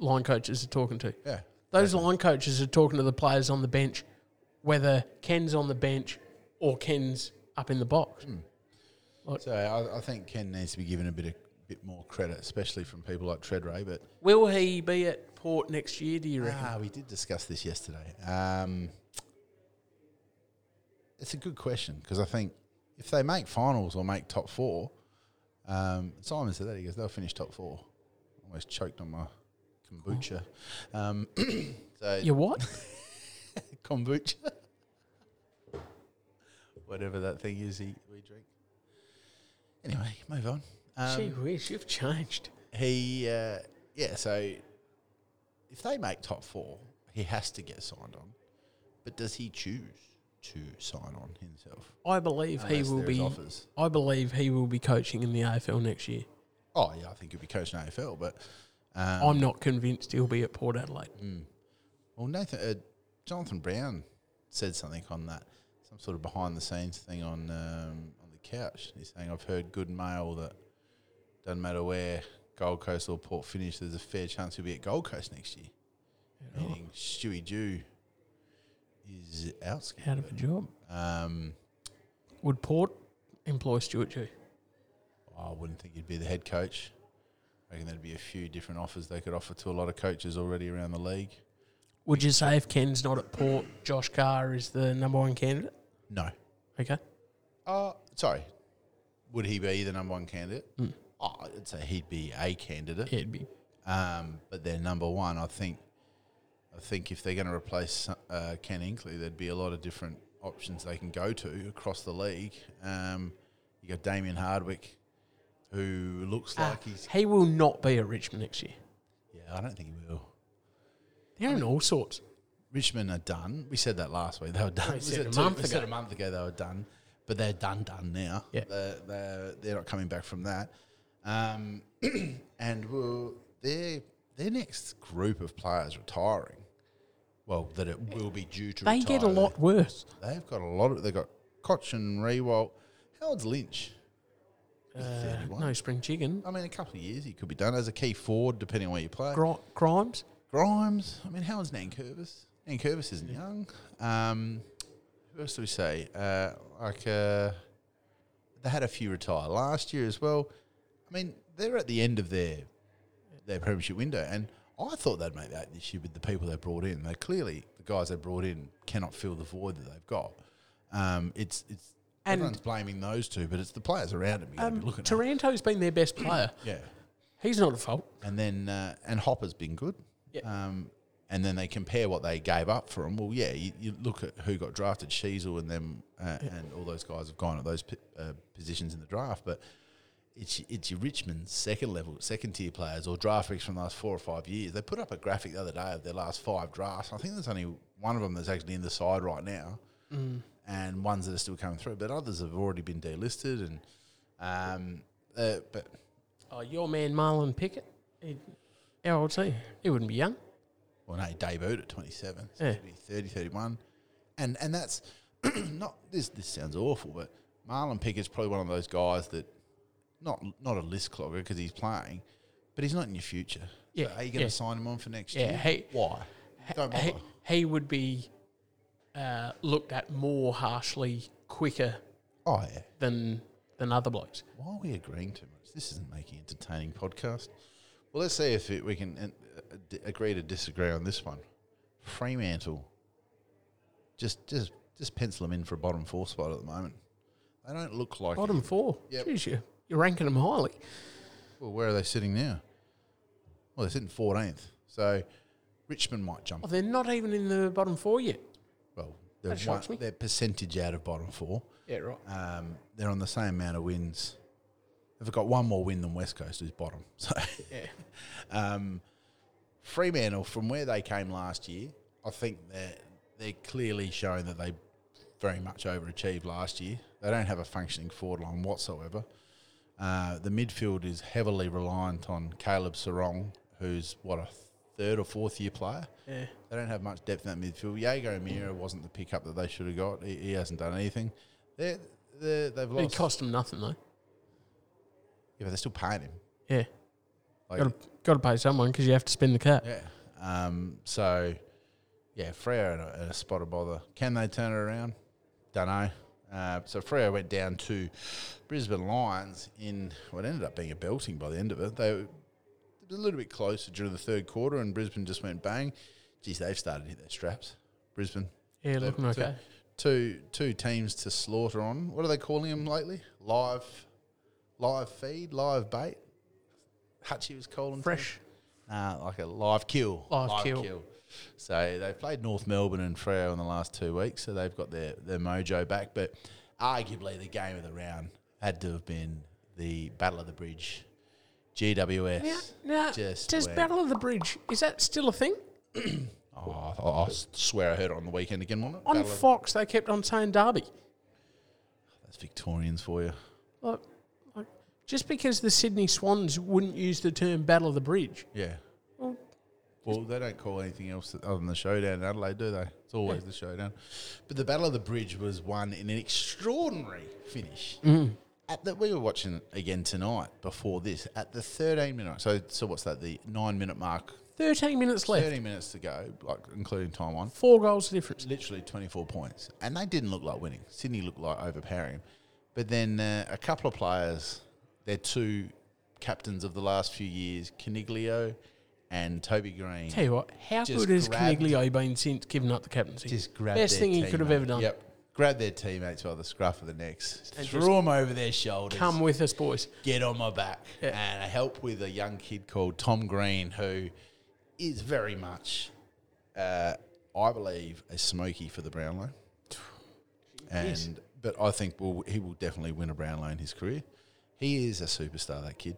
line coaches are talking to. Yeah. Those line coaches are talking to the players on the bench, whether Ken's on the bench or Ken's up in the box. Hmm. So I, I think Ken needs to be given a bit of bit more credit, especially from people like Treadray, but Will he be at Port next year? Do you reckon? Ah, we did discuss this yesterday. Um, it's a good question because I think if they make finals or make top four, um, Simon said that he goes they'll finish top four. Almost choked on my kombucha. Um, <clears throat> so You what? kombucha, <laughs> whatever that thing is he, we drink. Anyway, move on. Um, Gee whiz, you've changed. he, uh, yeah, so if they make top four, he has to get signed on. But does he choose to sign on himself? I believe he Unless will there is be. offers. I believe he will be coaching in the AFL next year. Oh, yeah, I think he'll be coaching AFL. But, um, I'm not convinced he'll be at Port Adelaide. Mm. well, Nathan, uh, Jonathan Brown said something on that, some sort of behind the scenes thing on um, on the couch. He's saying, I've heard good mail that doesn't matter where Gold Coast or Port finish, there's a fair chance he'll be at Gold Coast next year. Meaning Stewie Dew is out. Out of a job. Um, Would Port employ Stuart Jew? I wouldn't think he'd be the head coach. I reckon there'd be a few different offers they could offer to a lot of coaches already around the league. Would you say if Ken's not at Port, Josh Carr is the number one candidate? No. Okay. Uh, sorry. Would he be the number one candidate? Oh, I'd say he'd be a candidate. Yeah, it'd be. Um, but they're number one. I think. I think if they're going to replace uh, Ken Inkley, there'd be a lot of different options they can go to across the league. Um, you got Damien Hardwick, who looks like he's. He will not be at Richmond next year. Yeah, I don't think he will. They're in all sorts. Richmond are done. We said that last week. They were done. We said a two- month we said ago. a month ago they were done, but they're done, done now. Yeah. They're, they're, they're not coming back from that. Um, <clears throat> and will their, their next group of players retiring, well, that it will be due to They retire. get a lot worse. They've got a lot of. They've got Koch and Rewalt. How old's Lynch? He's Uh, 31. no spring chicken. I mean, a couple of years he could be done as a key forward, depending on where you play. Gri Grimes. Grimes. I mean, how old's Nan Curvis? Nan Curvis isn't young. Um, who else do we say? Uh, like, uh, they had a few retire last year as well. I mean, they're at the end of their their premiership window, and I thought they'd make that this year with the people they brought in. They clearly the guys they brought in cannot fill the void that they've got. Um, it's it's And- everyone's blaming those two, but it's the players around them you got to be Um, looking at. Taranto's been their best player. Yeah, He's not at fault. and then uh, and Hopper's been good. Yeah. Um, and then they compare what they gave up for him. Well, yeah, you, you look at who got drafted, Sheasel and them, uh, and all those guys have gone at those p- uh, positions in the draft. But it's it's your Richmond second level, second tier players or draft picks from the last four or five years. They put up a graphic the other day of their last five drafts. I think there's only one of them that's actually in the side right now, and ones that are still coming through. But others have already been delisted, and um, uh, but Oh, your man Marlon Pickett. He, how old's he? He wouldn't be young. well, no, he debuted at 27, so Yeah. he'd be 30, 31. And, and that's <clears throat> not, this, this sounds awful, but Marlon Pickett's probably one of those guys that, not, not a list clogger because he's playing, but he's not in your future. So Yeah, are you going to yeah. sign him on for next Yeah, year? he- Why? Don't bother. He, he would be uh, looked at more harshly quicker oh, yeah. than than other blokes. Why are we agreeing too much? This isn't making entertaining podcast. Well, let's see if it, we can uh, d- agree to disagree on this one. Fremantle, just just just pencil them in for a bottom four spot at the moment. They don't look like Bottom it. four. Yep. Jeez, you, you're ranking them highly. Well, where are they sitting now? Well, they're sitting fourteenth. So Richmond might jump. Oh, they're not even in the bottom four yet. Well, they're, That shocks one- me. they're percentage out of bottom four. Yeah, right. Um, they're on the same amount of wins. They've got one more win than West Coast, who's bottom. <laughs> So, um, Fremantle, from where they came last year, I think they're, they're clearly showing that they very much overachieved last year. They don't have a functioning forward line whatsoever. Uh, the midfield is heavily reliant on Caleb Sarong, who's what a third or fourth year player. Yeah. They don't have much depth in that midfield. Jago Mira wasn't the pickup that they should have got. He, he hasn't done anything. They're, they're, they've It lost. cost them nothing though. yeah, but they're still paying him. Yeah. Like, Got to got to pay someone because you have to spend the cap. Yeah. Um, so, yeah, Freo in a, in a spot of bother. Can they turn it around? Don't know. Uh, so Freo went down to Brisbane Lions in what ended up being a belting by the end of it. They were a little bit closer during the third quarter, and Brisbane just went bang. Geez, they've started to hit their straps. Brisbane. Yeah, looking Two- okay. Two two teams to slaughter on. What are they calling them lately? Live, live feed, live bait. Hutchie was calling for Fresh. uh, like a live kill. Live kill. So they've played North Melbourne and Freo in the last two weeks, so they've got their, their mojo back. But arguably, the game of the round had to have been the Battle of the Bridge. GWS. Yeah. Now, Just does went- Battle of the Bridge is that still a thing? Oh, I, I swear I heard it on the weekend again, wasn't it? On Battle of- Fox, they kept on saying Derby. That's Victorians for you. Like, like, just because the Sydney Swans wouldn't use the term Battle of the Bridge, Yeah. Well, Well, they don't call anything else other than the showdown in Adelaide, do they? It's always the showdown. But the Battle of the Bridge was won in an extraordinary finish. Mm-hmm. At the, we were watching it again tonight before this at the 13 minute. So, so what's that? The nine minute mark. 13 minutes left, 30 minutes to go, like including time on. four goals difference. Literally 24 points. And they didn't look like winning. Sydney looked like overpowering. But then uh, a couple of players, their two captains of the last few years, Caniglio and Toby Green. Tell you what, how Just good has grabbed- Caniglio been since giving up the captaincy? Just grab Best their thing he could have teammate. ever done. Yep. Grab their teammates by the scruff of the necks, And threw just them over their shoulders, Come with us, boys. get on my back, Yeah. and I help with a young kid called Tom Green, who is very much, uh, I believe, a smoky for the Brownlow. And but I think will he will definitely win a Brownlow in his career. He is a superstar. That kid,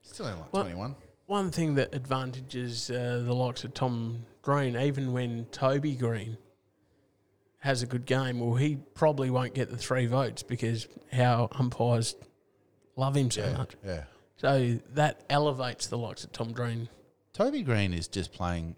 still only like Well- twenty one. one thing that advantages uh, the likes of Tom Green, even when Toby Green has a good game, well, he probably won't get the three votes because how umpires love him so Yeah, much. yeah. So that elevates the likes of Tom Green. Toby Green is just playing.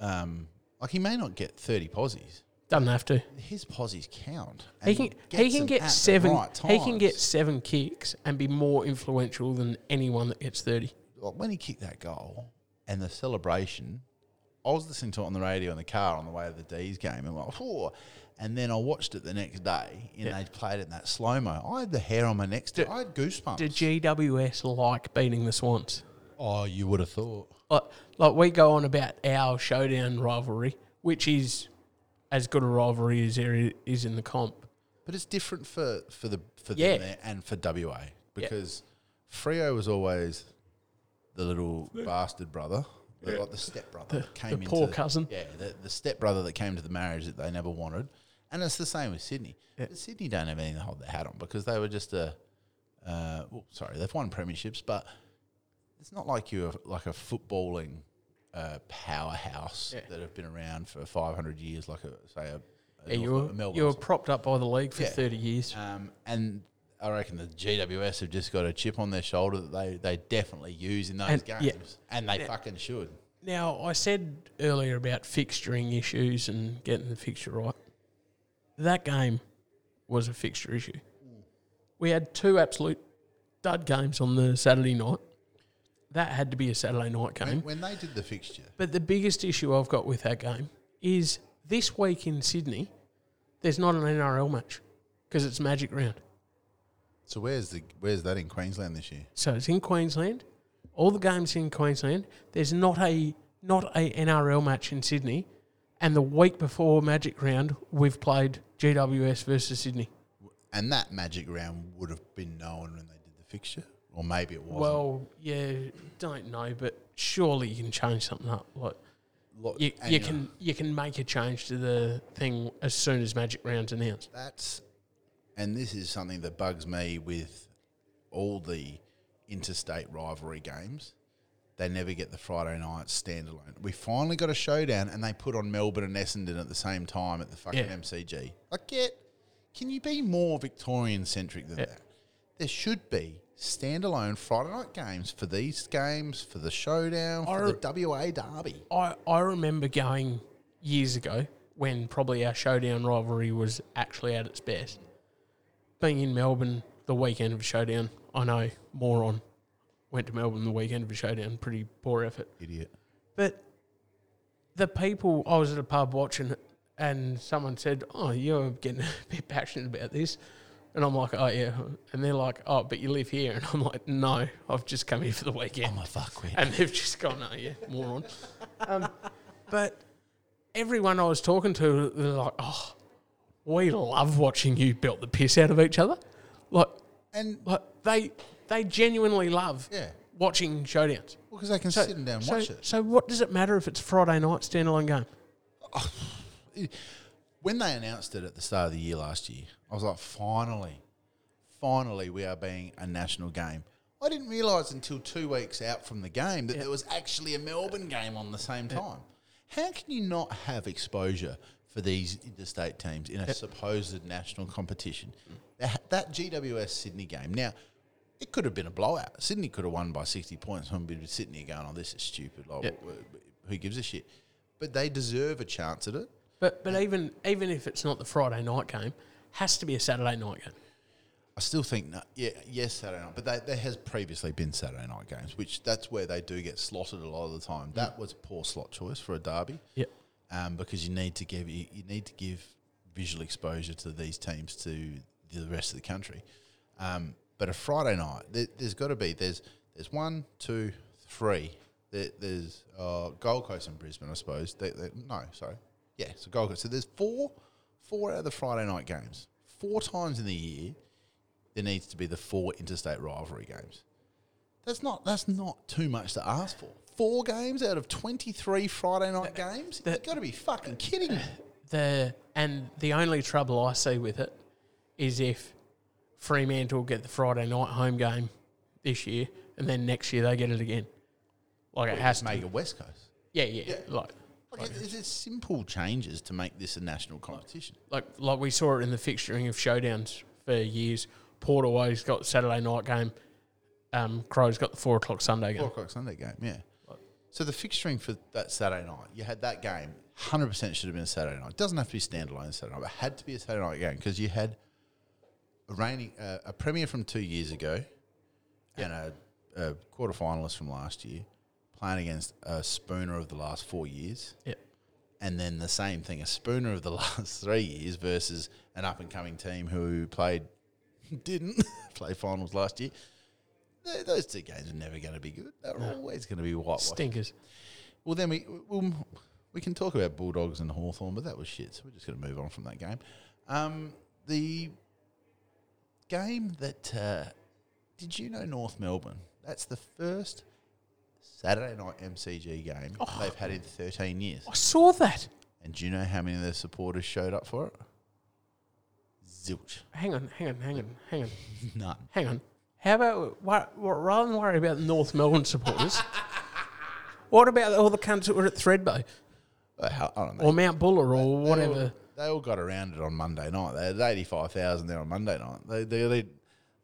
Um, like he may not get thirty posies. Doesn't have to. His posies count. He and can he gets can them get at the seven. right he can get times. seven kicks and be more influential than anyone that gets thirty. like when he kicked that goal and the celebration, I was listening to it on the radio in the car on the way to the D's game and like, whoa. And then I watched it the next day and Yeah. they played it in that slow mo. I had the hair on my neck. Still. I had goosebumps. Did GWS like beating the Swans? oh, you would have thought. Like, like we go on about our showdown rivalry, which is as good a rivalry as there is in the comp. But it's different for, for the for Yeah. them there and for WA because Frio was always the little bastard brother, the, like the stepbrother that came the into poor cousin. Yeah, the, the stepbrother that came to the marriage that they never wanted. And it's the same with Sydney. But Sydney don't have anything to hold their hat on because they were just a. Uh, well, sorry, they've won premierships, but it's not like you're like a footballing uh, powerhouse that have been around for 500 years, like a say a, a Yeah, you North- were a Melbourne you or were propped up by the league for Yeah. thirty years. um, and I reckon the GWS have just got a chip on their shoulder that they, they definitely use in those And- yeah. games. And they fucking should. Now, I said earlier about fixturing issues and getting the fixture right. That game was a fixture issue. We had two absolute dud games on the Saturday night. That had to be a Saturday night game. When they did the fixture, But the biggest issue I've got with that game is this week in Sydney, there's not an NRL match because it's Magic Round. so where's the where's that in Queensland this year? So it's in Queensland. All the games in Queensland. There's not a not a NRL match in Sydney, and the week before Magic Round, we've played GWS versus Sydney. And that magic round would have been known when they did the fixture, or maybe it wasn't. Well, yeah, don't know, but surely you can change something up. Like Lo- you, and you know, can you can make a change to the thing as soon as Magic Round's announced. That's and this is something that bugs me with all the interstate rivalry games. They never get the Friday night standalone. We finally got a showdown, and they put on Melbourne and Essendon at the same time at the fucking Yeah. MCG. Like, get can you be more Victorian centric than that? There should be standalone Friday night games for these games, for the showdown, for the WA derby. I, I remember going years ago when probably our showdown rivalry was actually at its best. Being in Melbourne the weekend of a showdown, I know, moron. Went to Melbourne the weekend of a showdown, pretty poor effort. Idiot. But the people, I was at a pub watching it, and someone said, Oh, you're getting <laughs> a bit passionate about this. And I'm like, Oh, yeah. And they're like, Oh, but you live here. <laughs> And I'm like, No, I've just come here for the weekend I'm a fuckwit. <laughs> and they've just gone, oh yeah, moron. <laughs> um, but everyone I was talking to, they're like, oh, we love watching you belt the piss out of each other. Like, And like they they genuinely love Yeah. watching showdowns. because they can sit them down and so, watch it. So what does it matter if it's Friday night standalone game? when they announced it at the start of the year last year, I was like, finally, finally, we are being a national game. I didn't realise until two weeks out from the game that there was actually a Melbourne game on the same time. How can you not have exposure for these interstate teams in a supposed national competition? That, that GWS Sydney game. Now, it could have been a blowout. Sydney could have won by 60 points. I'm be sitting here going, oh, this is stupid. Like, wh- wh- Who gives a shit? But they deserve a chance at it. But but even even if it's not the Friday night game, has to be a Saturday night game. I still think no, yeah, yes, Saturday night, but they, there has previously been Saturday night games, which that's where they do get slotted a lot of the time. That was poor slot choice for a derby, Yep. um, because you need to give you, you need to give visual exposure to these teams to the rest of the country. Um, but a Friday night, there, there's got to be there's there's one, two, three. There, there's uh, Gold Coast and Brisbane, I suppose. They, they, no, sorry, yeah, so Gold Coast. So there's four four out of the Friday night games. Four times in the year, there needs to be the four interstate rivalry games. That's not that's not too much to ask for. Four games out of twenty three Friday night games. You've got to be fucking kidding me. the and the only trouble I see with it is if Fremantle get the Friday night home game this year, and then next year they get it again. Like it has to. make a West Coast. yeah, yeah, Like, Like, it- it's simple changes to make this a national competition. like, like we saw it in the fixturing of showdowns for years. Port always got Saturday night game. Um, Crow's got the four o'clock Sunday game. Four o'clock Sunday game, yeah. So the fixturing for that Saturday night, you had that game. Hundred percent should have been a Saturday night. It doesn't have to be standalone Saturday night, but it had to be a Saturday night game because you had a reigning uh, a premier from two years ago, and a, a quarter finalist from last year playing against a spooner of the last four years. Yeah, and then the same thing a spooner of the <laughs> last three years versus an up and coming team who played <laughs> didn't <laughs> play finals last year. Th- Those two games are never going to be good. They're always going to be whitewashed. stinkers. Well, then we we we can talk about Bulldogs and Hawthorn, but that was shit. So we're just going to move on from that game. Um, the game that uh, did you know North Melbourne? That's the first Saturday night MCG game they've had in 13 years. I saw that. And do you know how many of their supporters showed up for it? <laughs> Zilch. Hang on, hang on, hang on, hang on, None. hang on. How about wha- wha- rather than worry about the North Melbourne <laughs> supporters? What about all the cunts that were at Threadbow Uh, how- I don't know. or Mount Buller or They all, whatever? they all got around it on Monday night. They had 85,000 there on Monday night. They, they, they,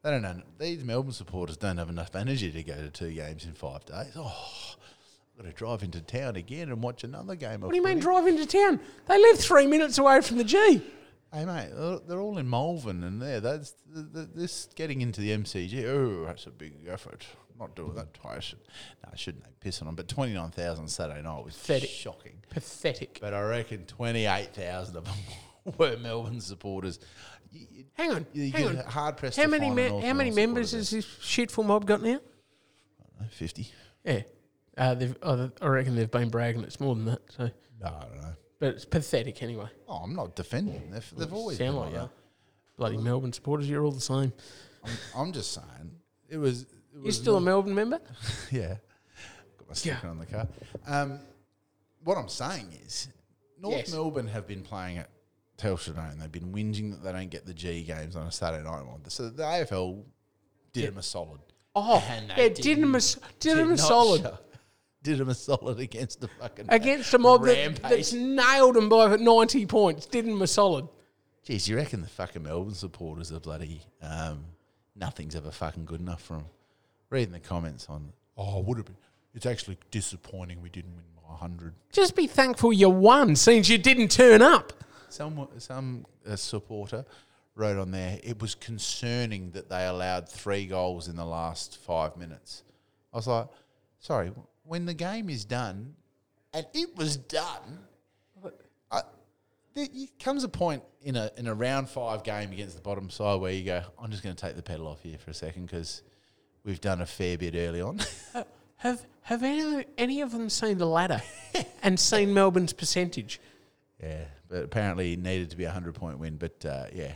they don't know. These Melbourne supporters don't have enough energy to go to two games in five days. Oh, I've got to drive into town again and watch another game. What do you mean drive into town? They live three minutes away from the G. Hey mate, they're- they're all in Malvern and there. That's th th this getting into the MCG. Oh, that's a big effort. I'm not doing that twice. No, I shouldn't have pissing on. But twenty nine thousand Saturday night was Pathetic. shocking. Pathetic. But I reckon twenty eight thousand of them <laughs> were Melbourne supporters. You, you- Hang on, you hang get on. hard pressed. How many me- how many members has this shitful mob got now? fifty? Yeah, uh, they've, uh, I reckon they've been bragging. It's more than that. So, No, I don't know. but it's pathetic anyway. Oh, I'm not defending. them. They've, they've always Sound been like like that. that. Bloody Melbourne supporters, you're all the same. I'm, I'm just saying it was. It You're was still a Melbourne member. Yeah. Got my sticker Yeah. on the car. Um, what I'm saying is, North Yes. Melbourne have been playing at Telstra Dome. They've been whinging that they don't get the G games on a Saturday night one. So the AFL did them a solid. Oh, And they yeah, did him a s- did him a not solid show- <laughs> did them a solid against the fucking against a mob that, Rampage. that's nailed him by ninety points. Did him a solid. Jeez, you reckon the fucking Melbourne supporters are bloody um, nothing's ever fucking good enough from reading the comments on. Oh, would have been. It's actually disappointing we didn't win by 100. Just be thankful you won, since you didn't turn up. Some some uh, supporter wrote on there. It was concerning that they allowed three goals in the last five minutes. I was like, sorry, when the game is done, and it was done. I, there you- comes a point in a in a round five game against the bottom side where you go, I'm just going to take the pedal off here for a second because we've done a fair bit early on. <laughs> Have have any any of them seen <laughs> the ladder and seen Melbourne's percentage? Yeah, but apparently it needed to be a hundred point win. But uh, yeah,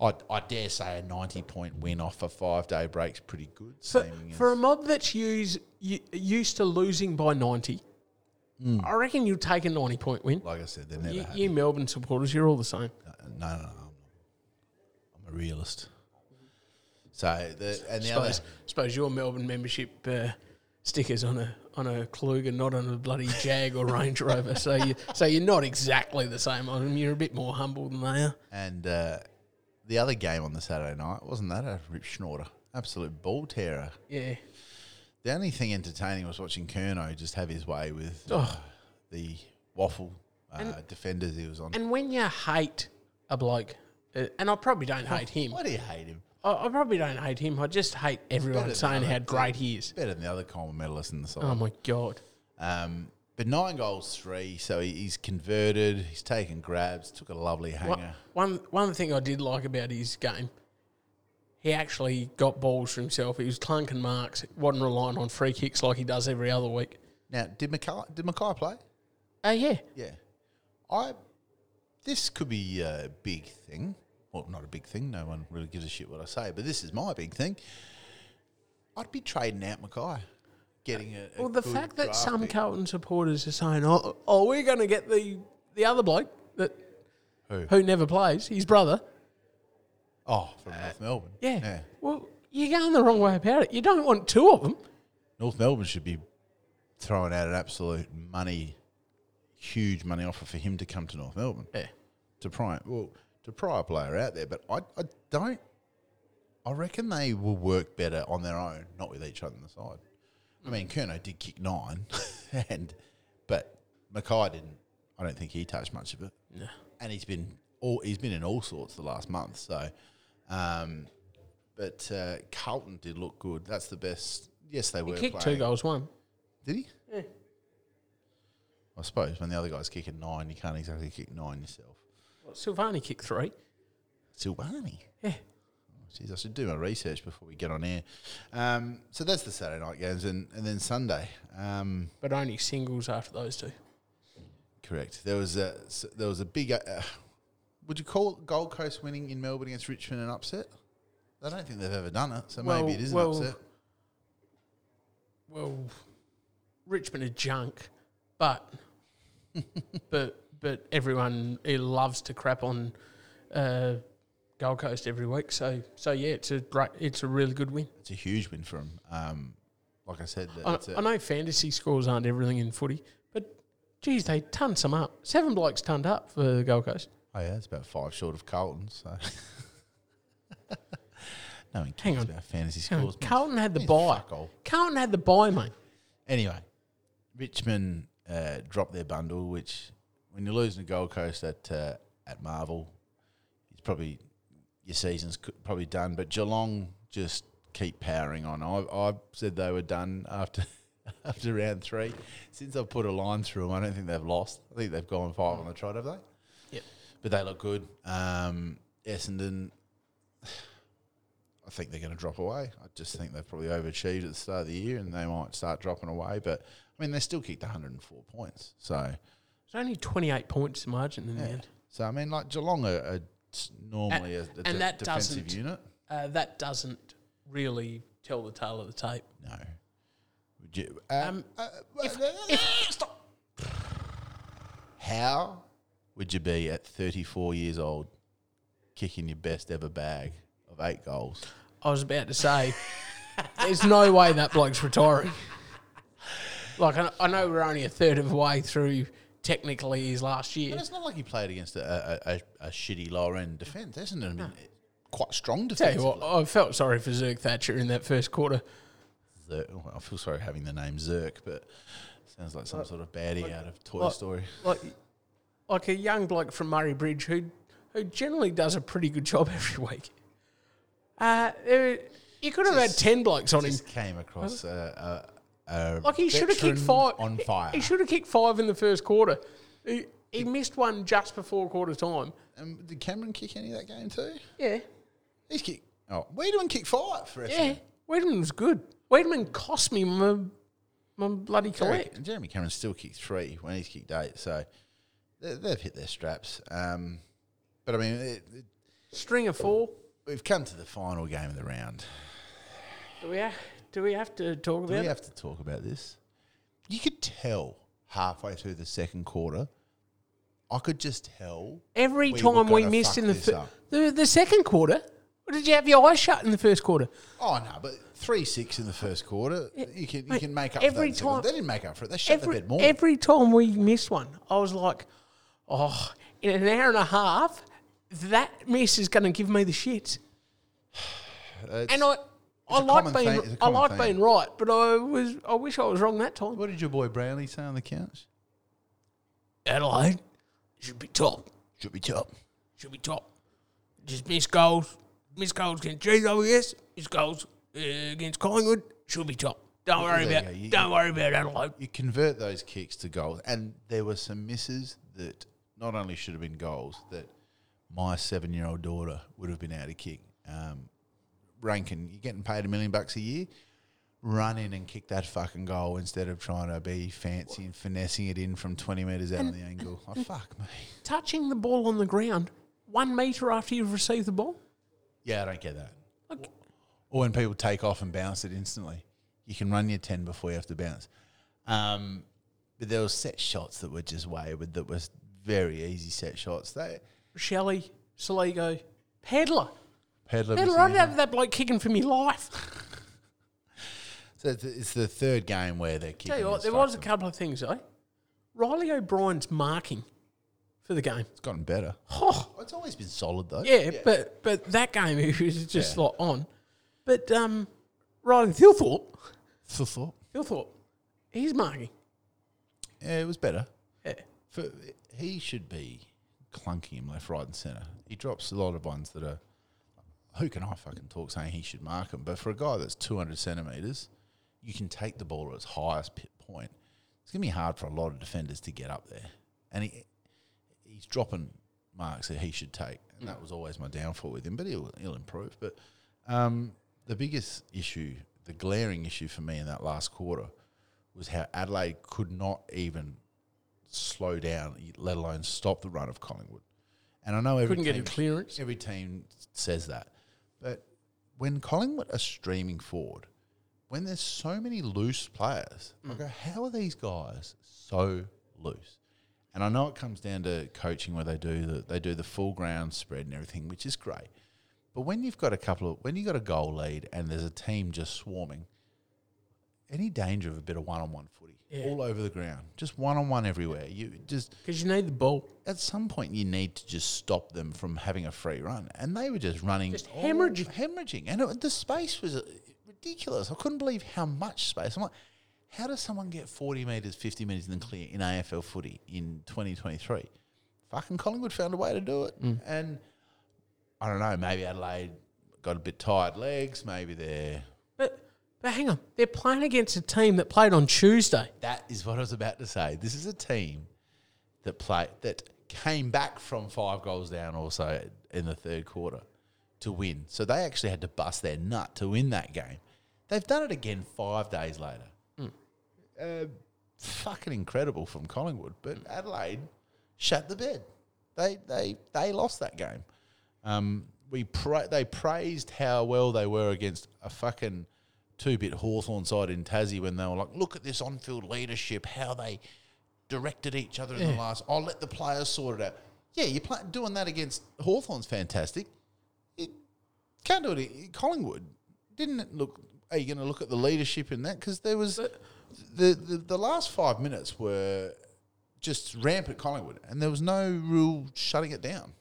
I, I dare say a ninety point win off a five day break's pretty good. For, seeming as- for a mob that's used u- used to losing by ninety, I reckon you'll take a ninety point win. Hmm. like I said, they're never You, happy. you Melbourne supporters, you're all the same. no, no, no, I'm, I'm a realist. So the and the other Suppose, suppose your Melbourne membership uh, stickers on a on a Kluger, not on a bloody Jag or Range Rover. So you so you're not exactly the same on them. You're a bit more humble than they are. and uh, the other game on the Saturday night wasn't that a rip schnorter, absolute ball terror. Yeah, The only thing entertaining was watching Kerno just have his way with Oh. the waffle uh, defenders he was on. and when you hate a bloke, uh, and I probably don't hate him. Why do you hate him? I, I probably don't hate him. I just hate everyone better saying than how other great he is. Better than the other Coleman medalist in the side. Oh my god. Um, but nine goals, three. So he, he's converted. He's taken grabs. Took a lovely One- hanger. One one thing I did like about his game, he actually got balls for himself. He was clunking marks, wasn't relying on free kicks like he does every other week. Now, did Mackay, did Mackay play? Oh yeah, Yeah. I. This could be a big thing. Well, not a big thing. No one really gives a shit what I say. But this is my big thing. I'd be trading out Mackay, getting a. a Well, the good fact that draft some pick. Carlton supporters are saying, "Oh, oh we're going to get the the other bloke that Who? never plays, his brother." oh from North Melbourne. Uh, Yeah. Well, you're going the wrong way about it. You don't want two of them. North Melbourne should be throwing out an absolute money, huge money offer for him to come to North Melbourne. Yeah. To pry, well, to pry a player out there, but I, I don't. I reckon they will work better on their own, not with each other on the side. I mean, Kerno did kick nine, <laughs> and but Mackay didn't. I don't think he touched much of it. No. And he's been all he's been in all sorts the last month. So, um, but uh, Carlton did look good. That's the best. Yes, they were. He kicked playing. two goals, one. Did he? Yeah. I suppose when the other guy's kicking nine, you can't exactly kick nine yourself. Well, Silvani kicked three. Silvani. Yeah. Jeez, I should do my research before we get on air. Um, so that's the Saturday night games, and, and then Sunday. Um, But only singles after those two. correct. There was a s- there was a big. Uh, uh, would you call Gold Coast winning in Melbourne against Richmond an upset? I don't think they've ever done it, so Well, maybe it is an well- upset. Well, Richmond are junk, but <laughs> but but everyone he loves to crap on uh, Gold Coast every week. So so yeah, it's a great, it's a really good win. It's a huge win for them. Um, like I said, I, it's a- I know fantasy scores aren't everything in footy, but geez, they ton some up. Seven blokes turned up for the Gold Coast. Oh yeah, it's about five short of Carlton. So <laughs> no one Hang cares on. about fantasy Hang on, scores. mate. Carlton had the Means buy. fuck all. Carlton had the buy, mate. Anyway, Richmond uh, dropped their bundle, which when you're losing to Gold Coast at uh, at Marvel, it's probably your season's c- probably done. But Geelong just keep powering on. I, I said they were done after <laughs> after round three. Since I've put a line through them, I don't think they've lost. I think they've gone five on the trot, have they? Yep. But they look good. Um, Essendon, I think they're going to drop away. I just think they've probably overachieved at the start of the year and they might start dropping away. But I mean, they still kicked 104 points. So, It's only twenty eight points margin in the end. so I mean, like Geelong are, are s- normally a, a and de- that defensive doesn't- unit. Uh, that doesn't really tell the tale of the tape. No. Would you, um, uh, Stop. how would you be at 34 years old kicking your best ever bag of eight goals? I was about to say, there's no way that bloke's retiring. Like, I, I know we're only a third of the way through technically his last year. And it's not like he played against a, a, a, a shitty lower end defence. Essendon have been quite strong Tell defence. you what, I felt sorry for Zerg Thatcher in that first quarter. Zerk. Well, I feel sorry having the name Zerk, but sounds like some sort of baddie out of Toy like- Story. Like, like a young bloke from Murray Bridge who, who generally does a pretty good job <laughs> every week. Uh, there- you could have Just- had ten blokes on him. Just came across a, a, a Like he should have veteran kicked five on he- fire. He, should have kicked five in the first quarter. He, he missed one just before quarter time. Um, did Cameron kick any of that game too? Yeah, He's kicked. Oh, Wiedemann kicked five for yeah. Essendon. Wiedemann was good. Wiedemann cost me my, my bloody Jeremy, collect. Jeremy Cameron still kicked three when he's kicked eight, so they, they've hit their straps. Um, but I mean, it, it, String of four. we've come to the final game of the round. Do we have, do we have to talk Do about we it? have to talk about this? You could tell halfway through the second quarter. I could just tell. we Every were time we gonna missed fuck in the, this fir- up. the the second quarter. Or did you have your eyes shut in the first quarter? Oh no, but three six in the first quarter, you can you Mate, can make up every for that in the second. time- They didn't make up for it. They shut the Every, bed more. every time we missed one, I was like, oh, in an hour and a half, that miss is going to give me the shits. It's- And I, I a like common being, thing- it's a I common like thing. being right, but I was, I wish I was wrong that time. what did your boy Brownlee say on the couch? Adelaide should be top, Should be top. should be top. Just miss goals, miss goals against GWS, miss goals uh, against Collingwood, should be top. Don't worry there you about, go. You- don't worry about Adelaide. You convert those kicks to goals, and there were some misses that not only should have been goals that my seven-year-old daughter would have been out to kick. Um, Rankin, you're getting paid a million bucks a year. Run in and kick that fucking goal instead of trying to be fancy and finessing it in from 20 metres out on the angle. Oh, fuck me. Touching the ball on the ground one metre after you've received the ball. Yeah, I don't get that. Like, Or when people take off and bounce it instantly. You can run your 10 before you have to bounce. Um, but there were set shots that were just wayward, that was very easy set shots. They Shelley, Saligo, Pedler. Pedler was Pedler, in <laughs> I'd have that bloke kicking for me life. there. So it's, it's the third game where they're kicking. Tell you what, and there was a stuff. couple of things though. Riley O'Brien's marking for the game. It's gotten <gasps> better. <laughs> Oh, It's always been solid though. yeah, but but that game <laughs> he was just Yeah. like on. But um, Riley Thilthorpe, for thought. Thilthorpe, he's marking. Yeah, it was better. Yeah. For he should be clunking him left, right, and centre. He drops a lot of ones that are. Who can I fucking talk saying he should mark him? But for a guy that's two hundred centimetres, you can take the ball at its highest pit point. It's gonna be hard for a lot of defenders to get up there, and he he's dropping marks that he should take, and that was always my downfall with him. But he'll he'll improve. But um, the biggest issue, the glaring issue for me in that last quarter, was how Adelaide could not even slow down, let alone stop the run of Collingwood. And I know every Couldn't get a team- clearance. Every team says that, but when Collingwood are streaming forward, when there's so many loose players, Mm. I go, how are these guys so loose? And I know it comes down to coaching where they do the they do the full ground spread and everything, which is great. But when you've got a couple of when you've got a goal lead and there's a team just swarming, any danger of a bit of one on one footy Yeah. all over the ground, just one on one everywhere. You just Because you need the ball. at some point you need to just stop them from having a free run, and they were just running, Just all- hemorrhaging. hemorrhaging, and it, the space was uh, ridiculous. I couldn't believe how much space. I'm like, how does someone get 40 meters, 50 meters in the clear in AFL footy in 2023? Fucking Collingwood found a way to do it, Mm. and I don't know. Maybe Adelaide got a bit tired legs. Maybe they're But but hang on, they're playing against a team that played on Tuesday. That is what I was about to say. This is a team that play that came back from five goals down also in the third quarter to win. So they actually had to bust their nut to win that game. They've done it again five days later. Uh, fucking incredible from Collingwood, but Adelaide shut the bed. They they they lost that game. Um, we pra- they praised how well they were against a fucking two bit Hawthorn side in Tassie when they were like, look at this on field leadership, how they directed each other in the last. I'll let the players sort it out. Yeah, you're pla doing that against Hawthorn's fantastic. You can't do it in Collingwood. Didn't it look? Are you going to look at the leadership in that? Because there was the, the the last five minutes were just rampant Collingwood, and there was no real shutting it down.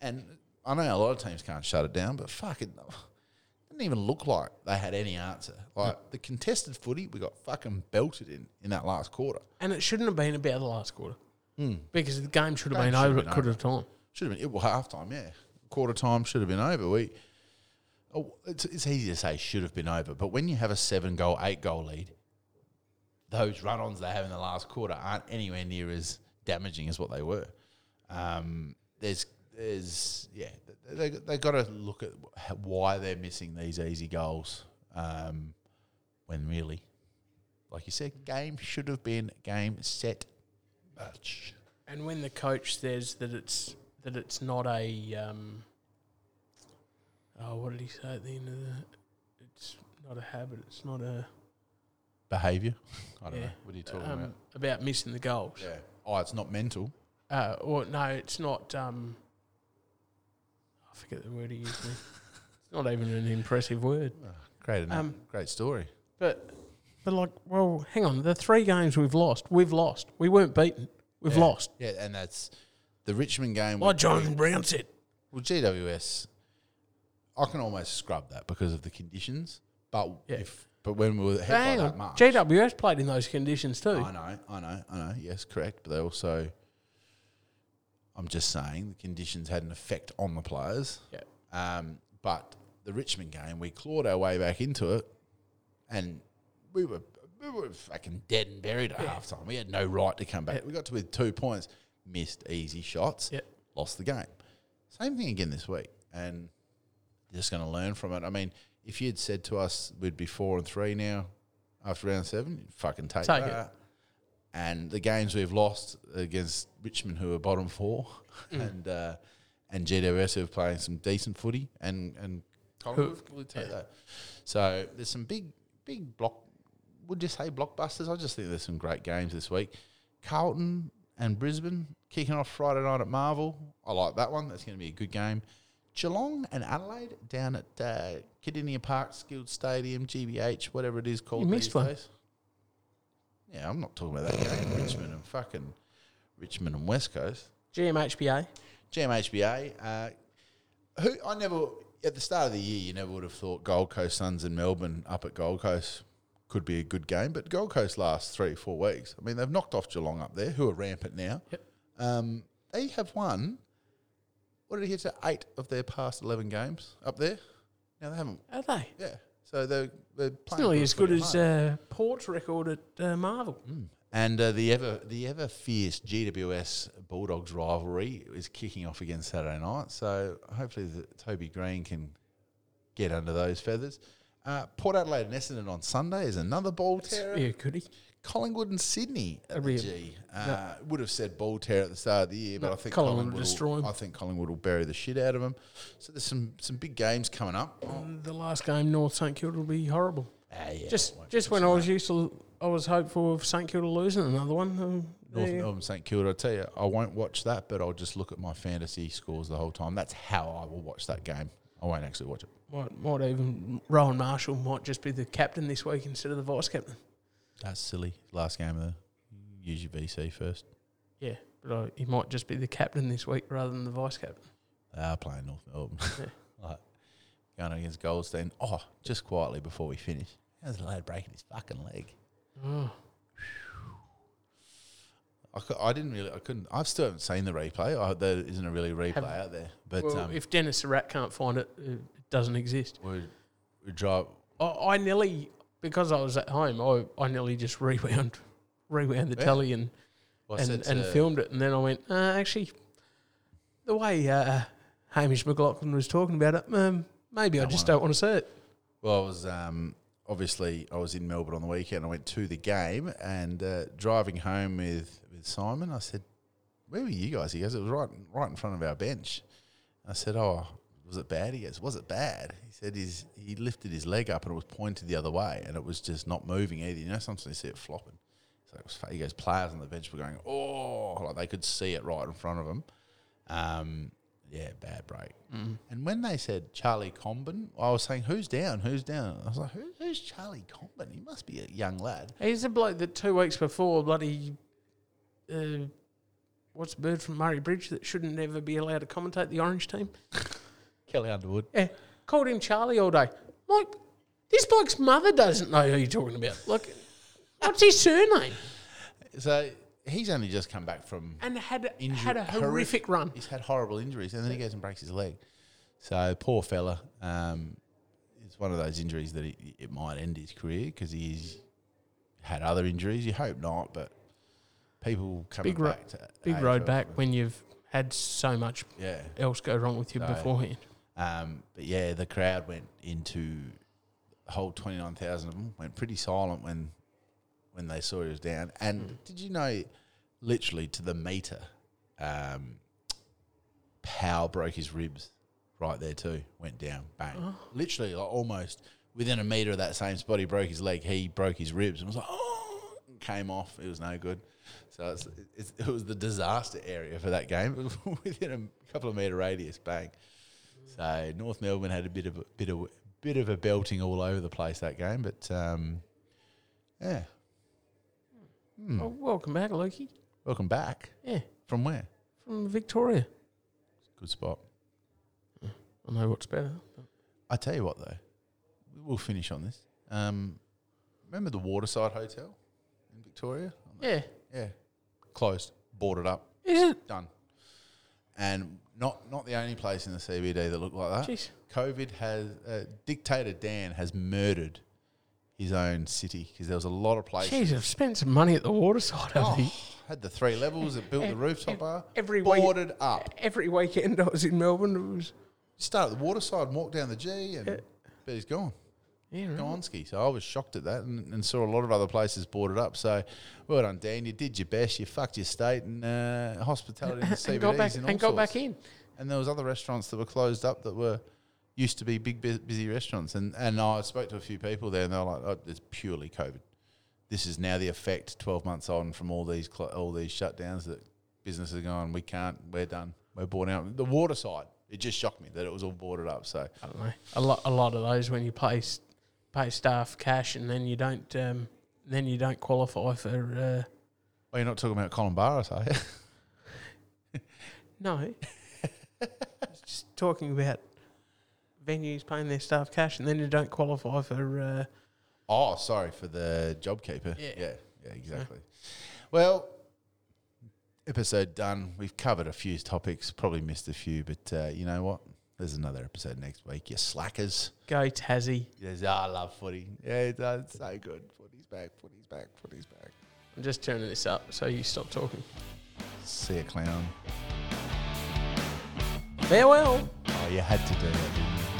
And I know a lot of teams can't shut it down, but fuck it. Didn't even look like they had any answer. Like the contested footy, we got fucking belted in in that last quarter. And it shouldn't have been about the last quarter. Hmm. Because the game should have Game been should have over been at quarter time. Should have been it was half time, yeah. Quarter time should have been over. We oh, it's, it's easy to say should have been over, but when you have a seven goal, eight goal lead, those run ons they have in the last quarter aren't anywhere near as damaging as what they were. Um, there's there's yeah, they they got to look at wh- why they're missing these easy goals. Um, when really, like you said, game should have been game set match. And when the coach says that it's that it's not a um, oh, what did he say at the end of the? It's not a habit. It's not a behavior. <laughs> I don't Yeah. know. What are you talking um, about? about missing the goals. Yeah. Oh, it's not mental. Uh, or no, it's not. Um, I forget the word he used. <laughs> there. it's not even an impressive word. Ah, Great, enough. Um, great story. But but like, well, hang on. The three games we've lost, we've lost. We weren't beaten. We've Yeah. lost. Yeah, and that's the Richmond game. Like Jonathan Brown said. Well, GWS, I can almost scrub that because of the conditions. But Yeah. if but when we were ahead by Hang that on. much, GWS played in those conditions too. I know, I know, I know. Yes, correct. But they also, I'm just saying, the conditions had an effect on the players. Yeah. Um, but the Richmond game, we clawed our way back into it, and we were we were fucking dead and buried at half halftime. We had no right to come back. We got to with two points, missed easy shots, Yeah. lost the game. Same thing again this week, and you're just going to learn from it. I mean, if you'd said to us we'd be four and three now after round seven, you'd fucking take, Take it. that. And the games we've lost against Richmond, who are bottom four, and uh, and GWS who are playing some decent footy, and and Collingwood, we'd take that. So there's some big big block. Would you say blockbusters? I just think there's some great games this week. Carlton and Brisbane kicking off Friday night at Marvel. I like that one. That's going to be a good game. Geelong and Adelaide down at uh, Kidinia Park Skilled Stadium, GBH, whatever it is called. missed these one. days. Yeah, I'm not talking about that <coughs> game. Richmond and fucking Richmond and West Coast. GMHBA. GMHBA. Uh, who I never at the start of the year, you never would have thought Gold Coast Suns and Melbourne up at Gold Coast could be a good game, but Gold Coast last three four weeks. I mean, they've knocked off Geelong up there, who are rampant now. Yep. Um, they have won. What did he get to eight of their past eleven games up there? Now they haven't. Are they? Yeah, so they're, they're playing Still as good footy at as home. uh, Port's record at uh, Marvel. And uh, the ever the ever fierce GWS Bulldogs rivalry is kicking off again Saturday night. So hopefully the, Toby Green can get under those feathers. Uh, Port Adelaide and Essendon on Sunday is another ball tear. Yeah, could he? Collingwood and Sydney at the Really? G. Uh, Would have said ball tear at the start of the year, but No, I think Collingwood Collingwood, will will destroy 'em. I think Collingwood will bury the shit out of them. So there's some some big games coming up. Um, The last game, North St Kilda, will be horrible. Ah, yeah, just it won't be just when I was used to, I was hopeful of St Kilda losing another one. Um, North there- Melbourne St Kilda. I tell you, I won't watch that, but I'll just look at my fantasy scores the whole time. That's how I will watch that game. I won't actually watch it. might, might even Rowan Marshall might just be the captain this week instead of the vice captain. That's silly. Last game of the use your VC first. Yeah, but I, he might just be the captain this week rather than the vice captain. They are playing North <laughs> Melbourne. <laughs> like, going against Goldstein. Oh, just quietly before we finish. How's the lad breaking his fucking leg? Oh, I, cou- I didn't really. I couldn't. I still haven't seen the replay. I, there isn't a really replay Have- out there. But well, um, if Dennis Surratt can't find it, uh, it doesn't exist. we we drive. I, I nearly because I was at home, I, I nearly just rewound <laughs> rewound the Yeah. telly and well, I and, said uh, and to- filmed it. And then I went, uh, actually, the way uh, Hamish McLaughlin was talking about it, um, maybe I Don't just wanna- don't want to see it. Well, I was um, obviously I was in Melbourne on the weekend. I went to the game and uh, driving home with, with Simon. I said, "Where were you guys?" He goes, "It was right right in front of our bench." I said, "Oh, was it bad?" He goes, "Was it bad?" He said, "His he lifted his leg up and it was pointed the other way and it was just not moving either. You know, sometimes you see it flopping." So it was, fa- he goes, "Players on the bench were going, oh, like they could see it right in front of them." Um, yeah, bad break. And when they said Charlie Comben, I was saying, "Who's down? Who's down?" I was like, Who, "Who's Charlie Comben? He must be a young lad." He's a bloke that two weeks before bloody uh, what's the bird from Murray Bridge that shouldn't ever be allowed to commentate the Orange team. Kelly Underwood. Yeah, called him Charlie all day. Like this bloke's mother doesn't know who you're talking about. Like, what's his surname? So he's only just come back from. And had Injury- had a horrific run. He's had horrible injuries, and then he goes and breaks his leg. So poor fella. Um, it's one of those injuries that it, it might end his career because he's had other injuries. You hope not, but people coming Big ro- back to Big age road of- back when you've had so much Yeah. else go wrong with you So- beforehand. Um, but yeah, the crowd went into the whole twenty nine thousand of them went pretty silent when when they saw he was down. And did you know, literally to the meter, um, Powell broke his ribs right there too. Went down, bang. Literally, like almost within a meter of that same spot, he broke his leg. He broke his ribs and was like, oh, and came off. It was no good. So it's, it's, it was the disaster area for that game. <laughs> It was within a couple of meter radius, bang. So North Melbourne had a bit of a bit of bit of a belting all over the place that game, but um, yeah, Well, Oh, welcome back, Loki. welcome back Yeah, from where? from Victoria. Good spot. I know what's better. I tell you what though, we'll finish on this. Um, remember the Waterside Hotel in Victoria? Yeah, Yeah, closed, boarded up, is it? done. And not not the only place in the CBD that looked like that. Jeez. COVID has uh, dictator Dan has murdered his own city because there was a lot of places. Jeez, I've spent some money at the waterside. I Oh, think. had the three levels. It built the rooftop bar. every way- boarded up. Every weekend I was in Melbourne. It was Start at the waterside, and walk down the G, and but he's gone. yeah, right. Gonski. So I was shocked at that, and, and saw a lot of other places boarded up. So well done, Dan. You did your best. You fucked your state and uh, hospitality and the CBDs <laughs> and got back and, and got back in. And there was other restaurants that were closed up that were used to be big bu- busy restaurants. And and I spoke to a few people there, and they were like, oh, "It's purely COVID. This is now the effect twelve months on from all these cl- all these shutdowns that businesses are going. We can't. We're done. We're boarding out the water side. It just shocked me that it was all boarded up. So I don't know. A lot, a lot of those when you pay s- pay staff cash and then you don't, um, then you don't qualify for. Uh, Oh, you're not talking about Columbaris, are you? no, <laughs> I was just talking about venues paying their staff cash and then you don't qualify for. Uh, oh, sorry for the JobKeeper. Yeah. yeah, yeah, exactly. Well, episode done. We've covered a few topics. Probably missed a few, but uh, you know what? There's another episode next week. You slackers. go Tassie. Yes, I love footy. Yeah, it's, uh, it's so good. Footy's back. Footy's back. Footy's back. I'm just turning this up so you stop talking. See ya, clown. Farewell. Oh, you had to do that. Didn't you?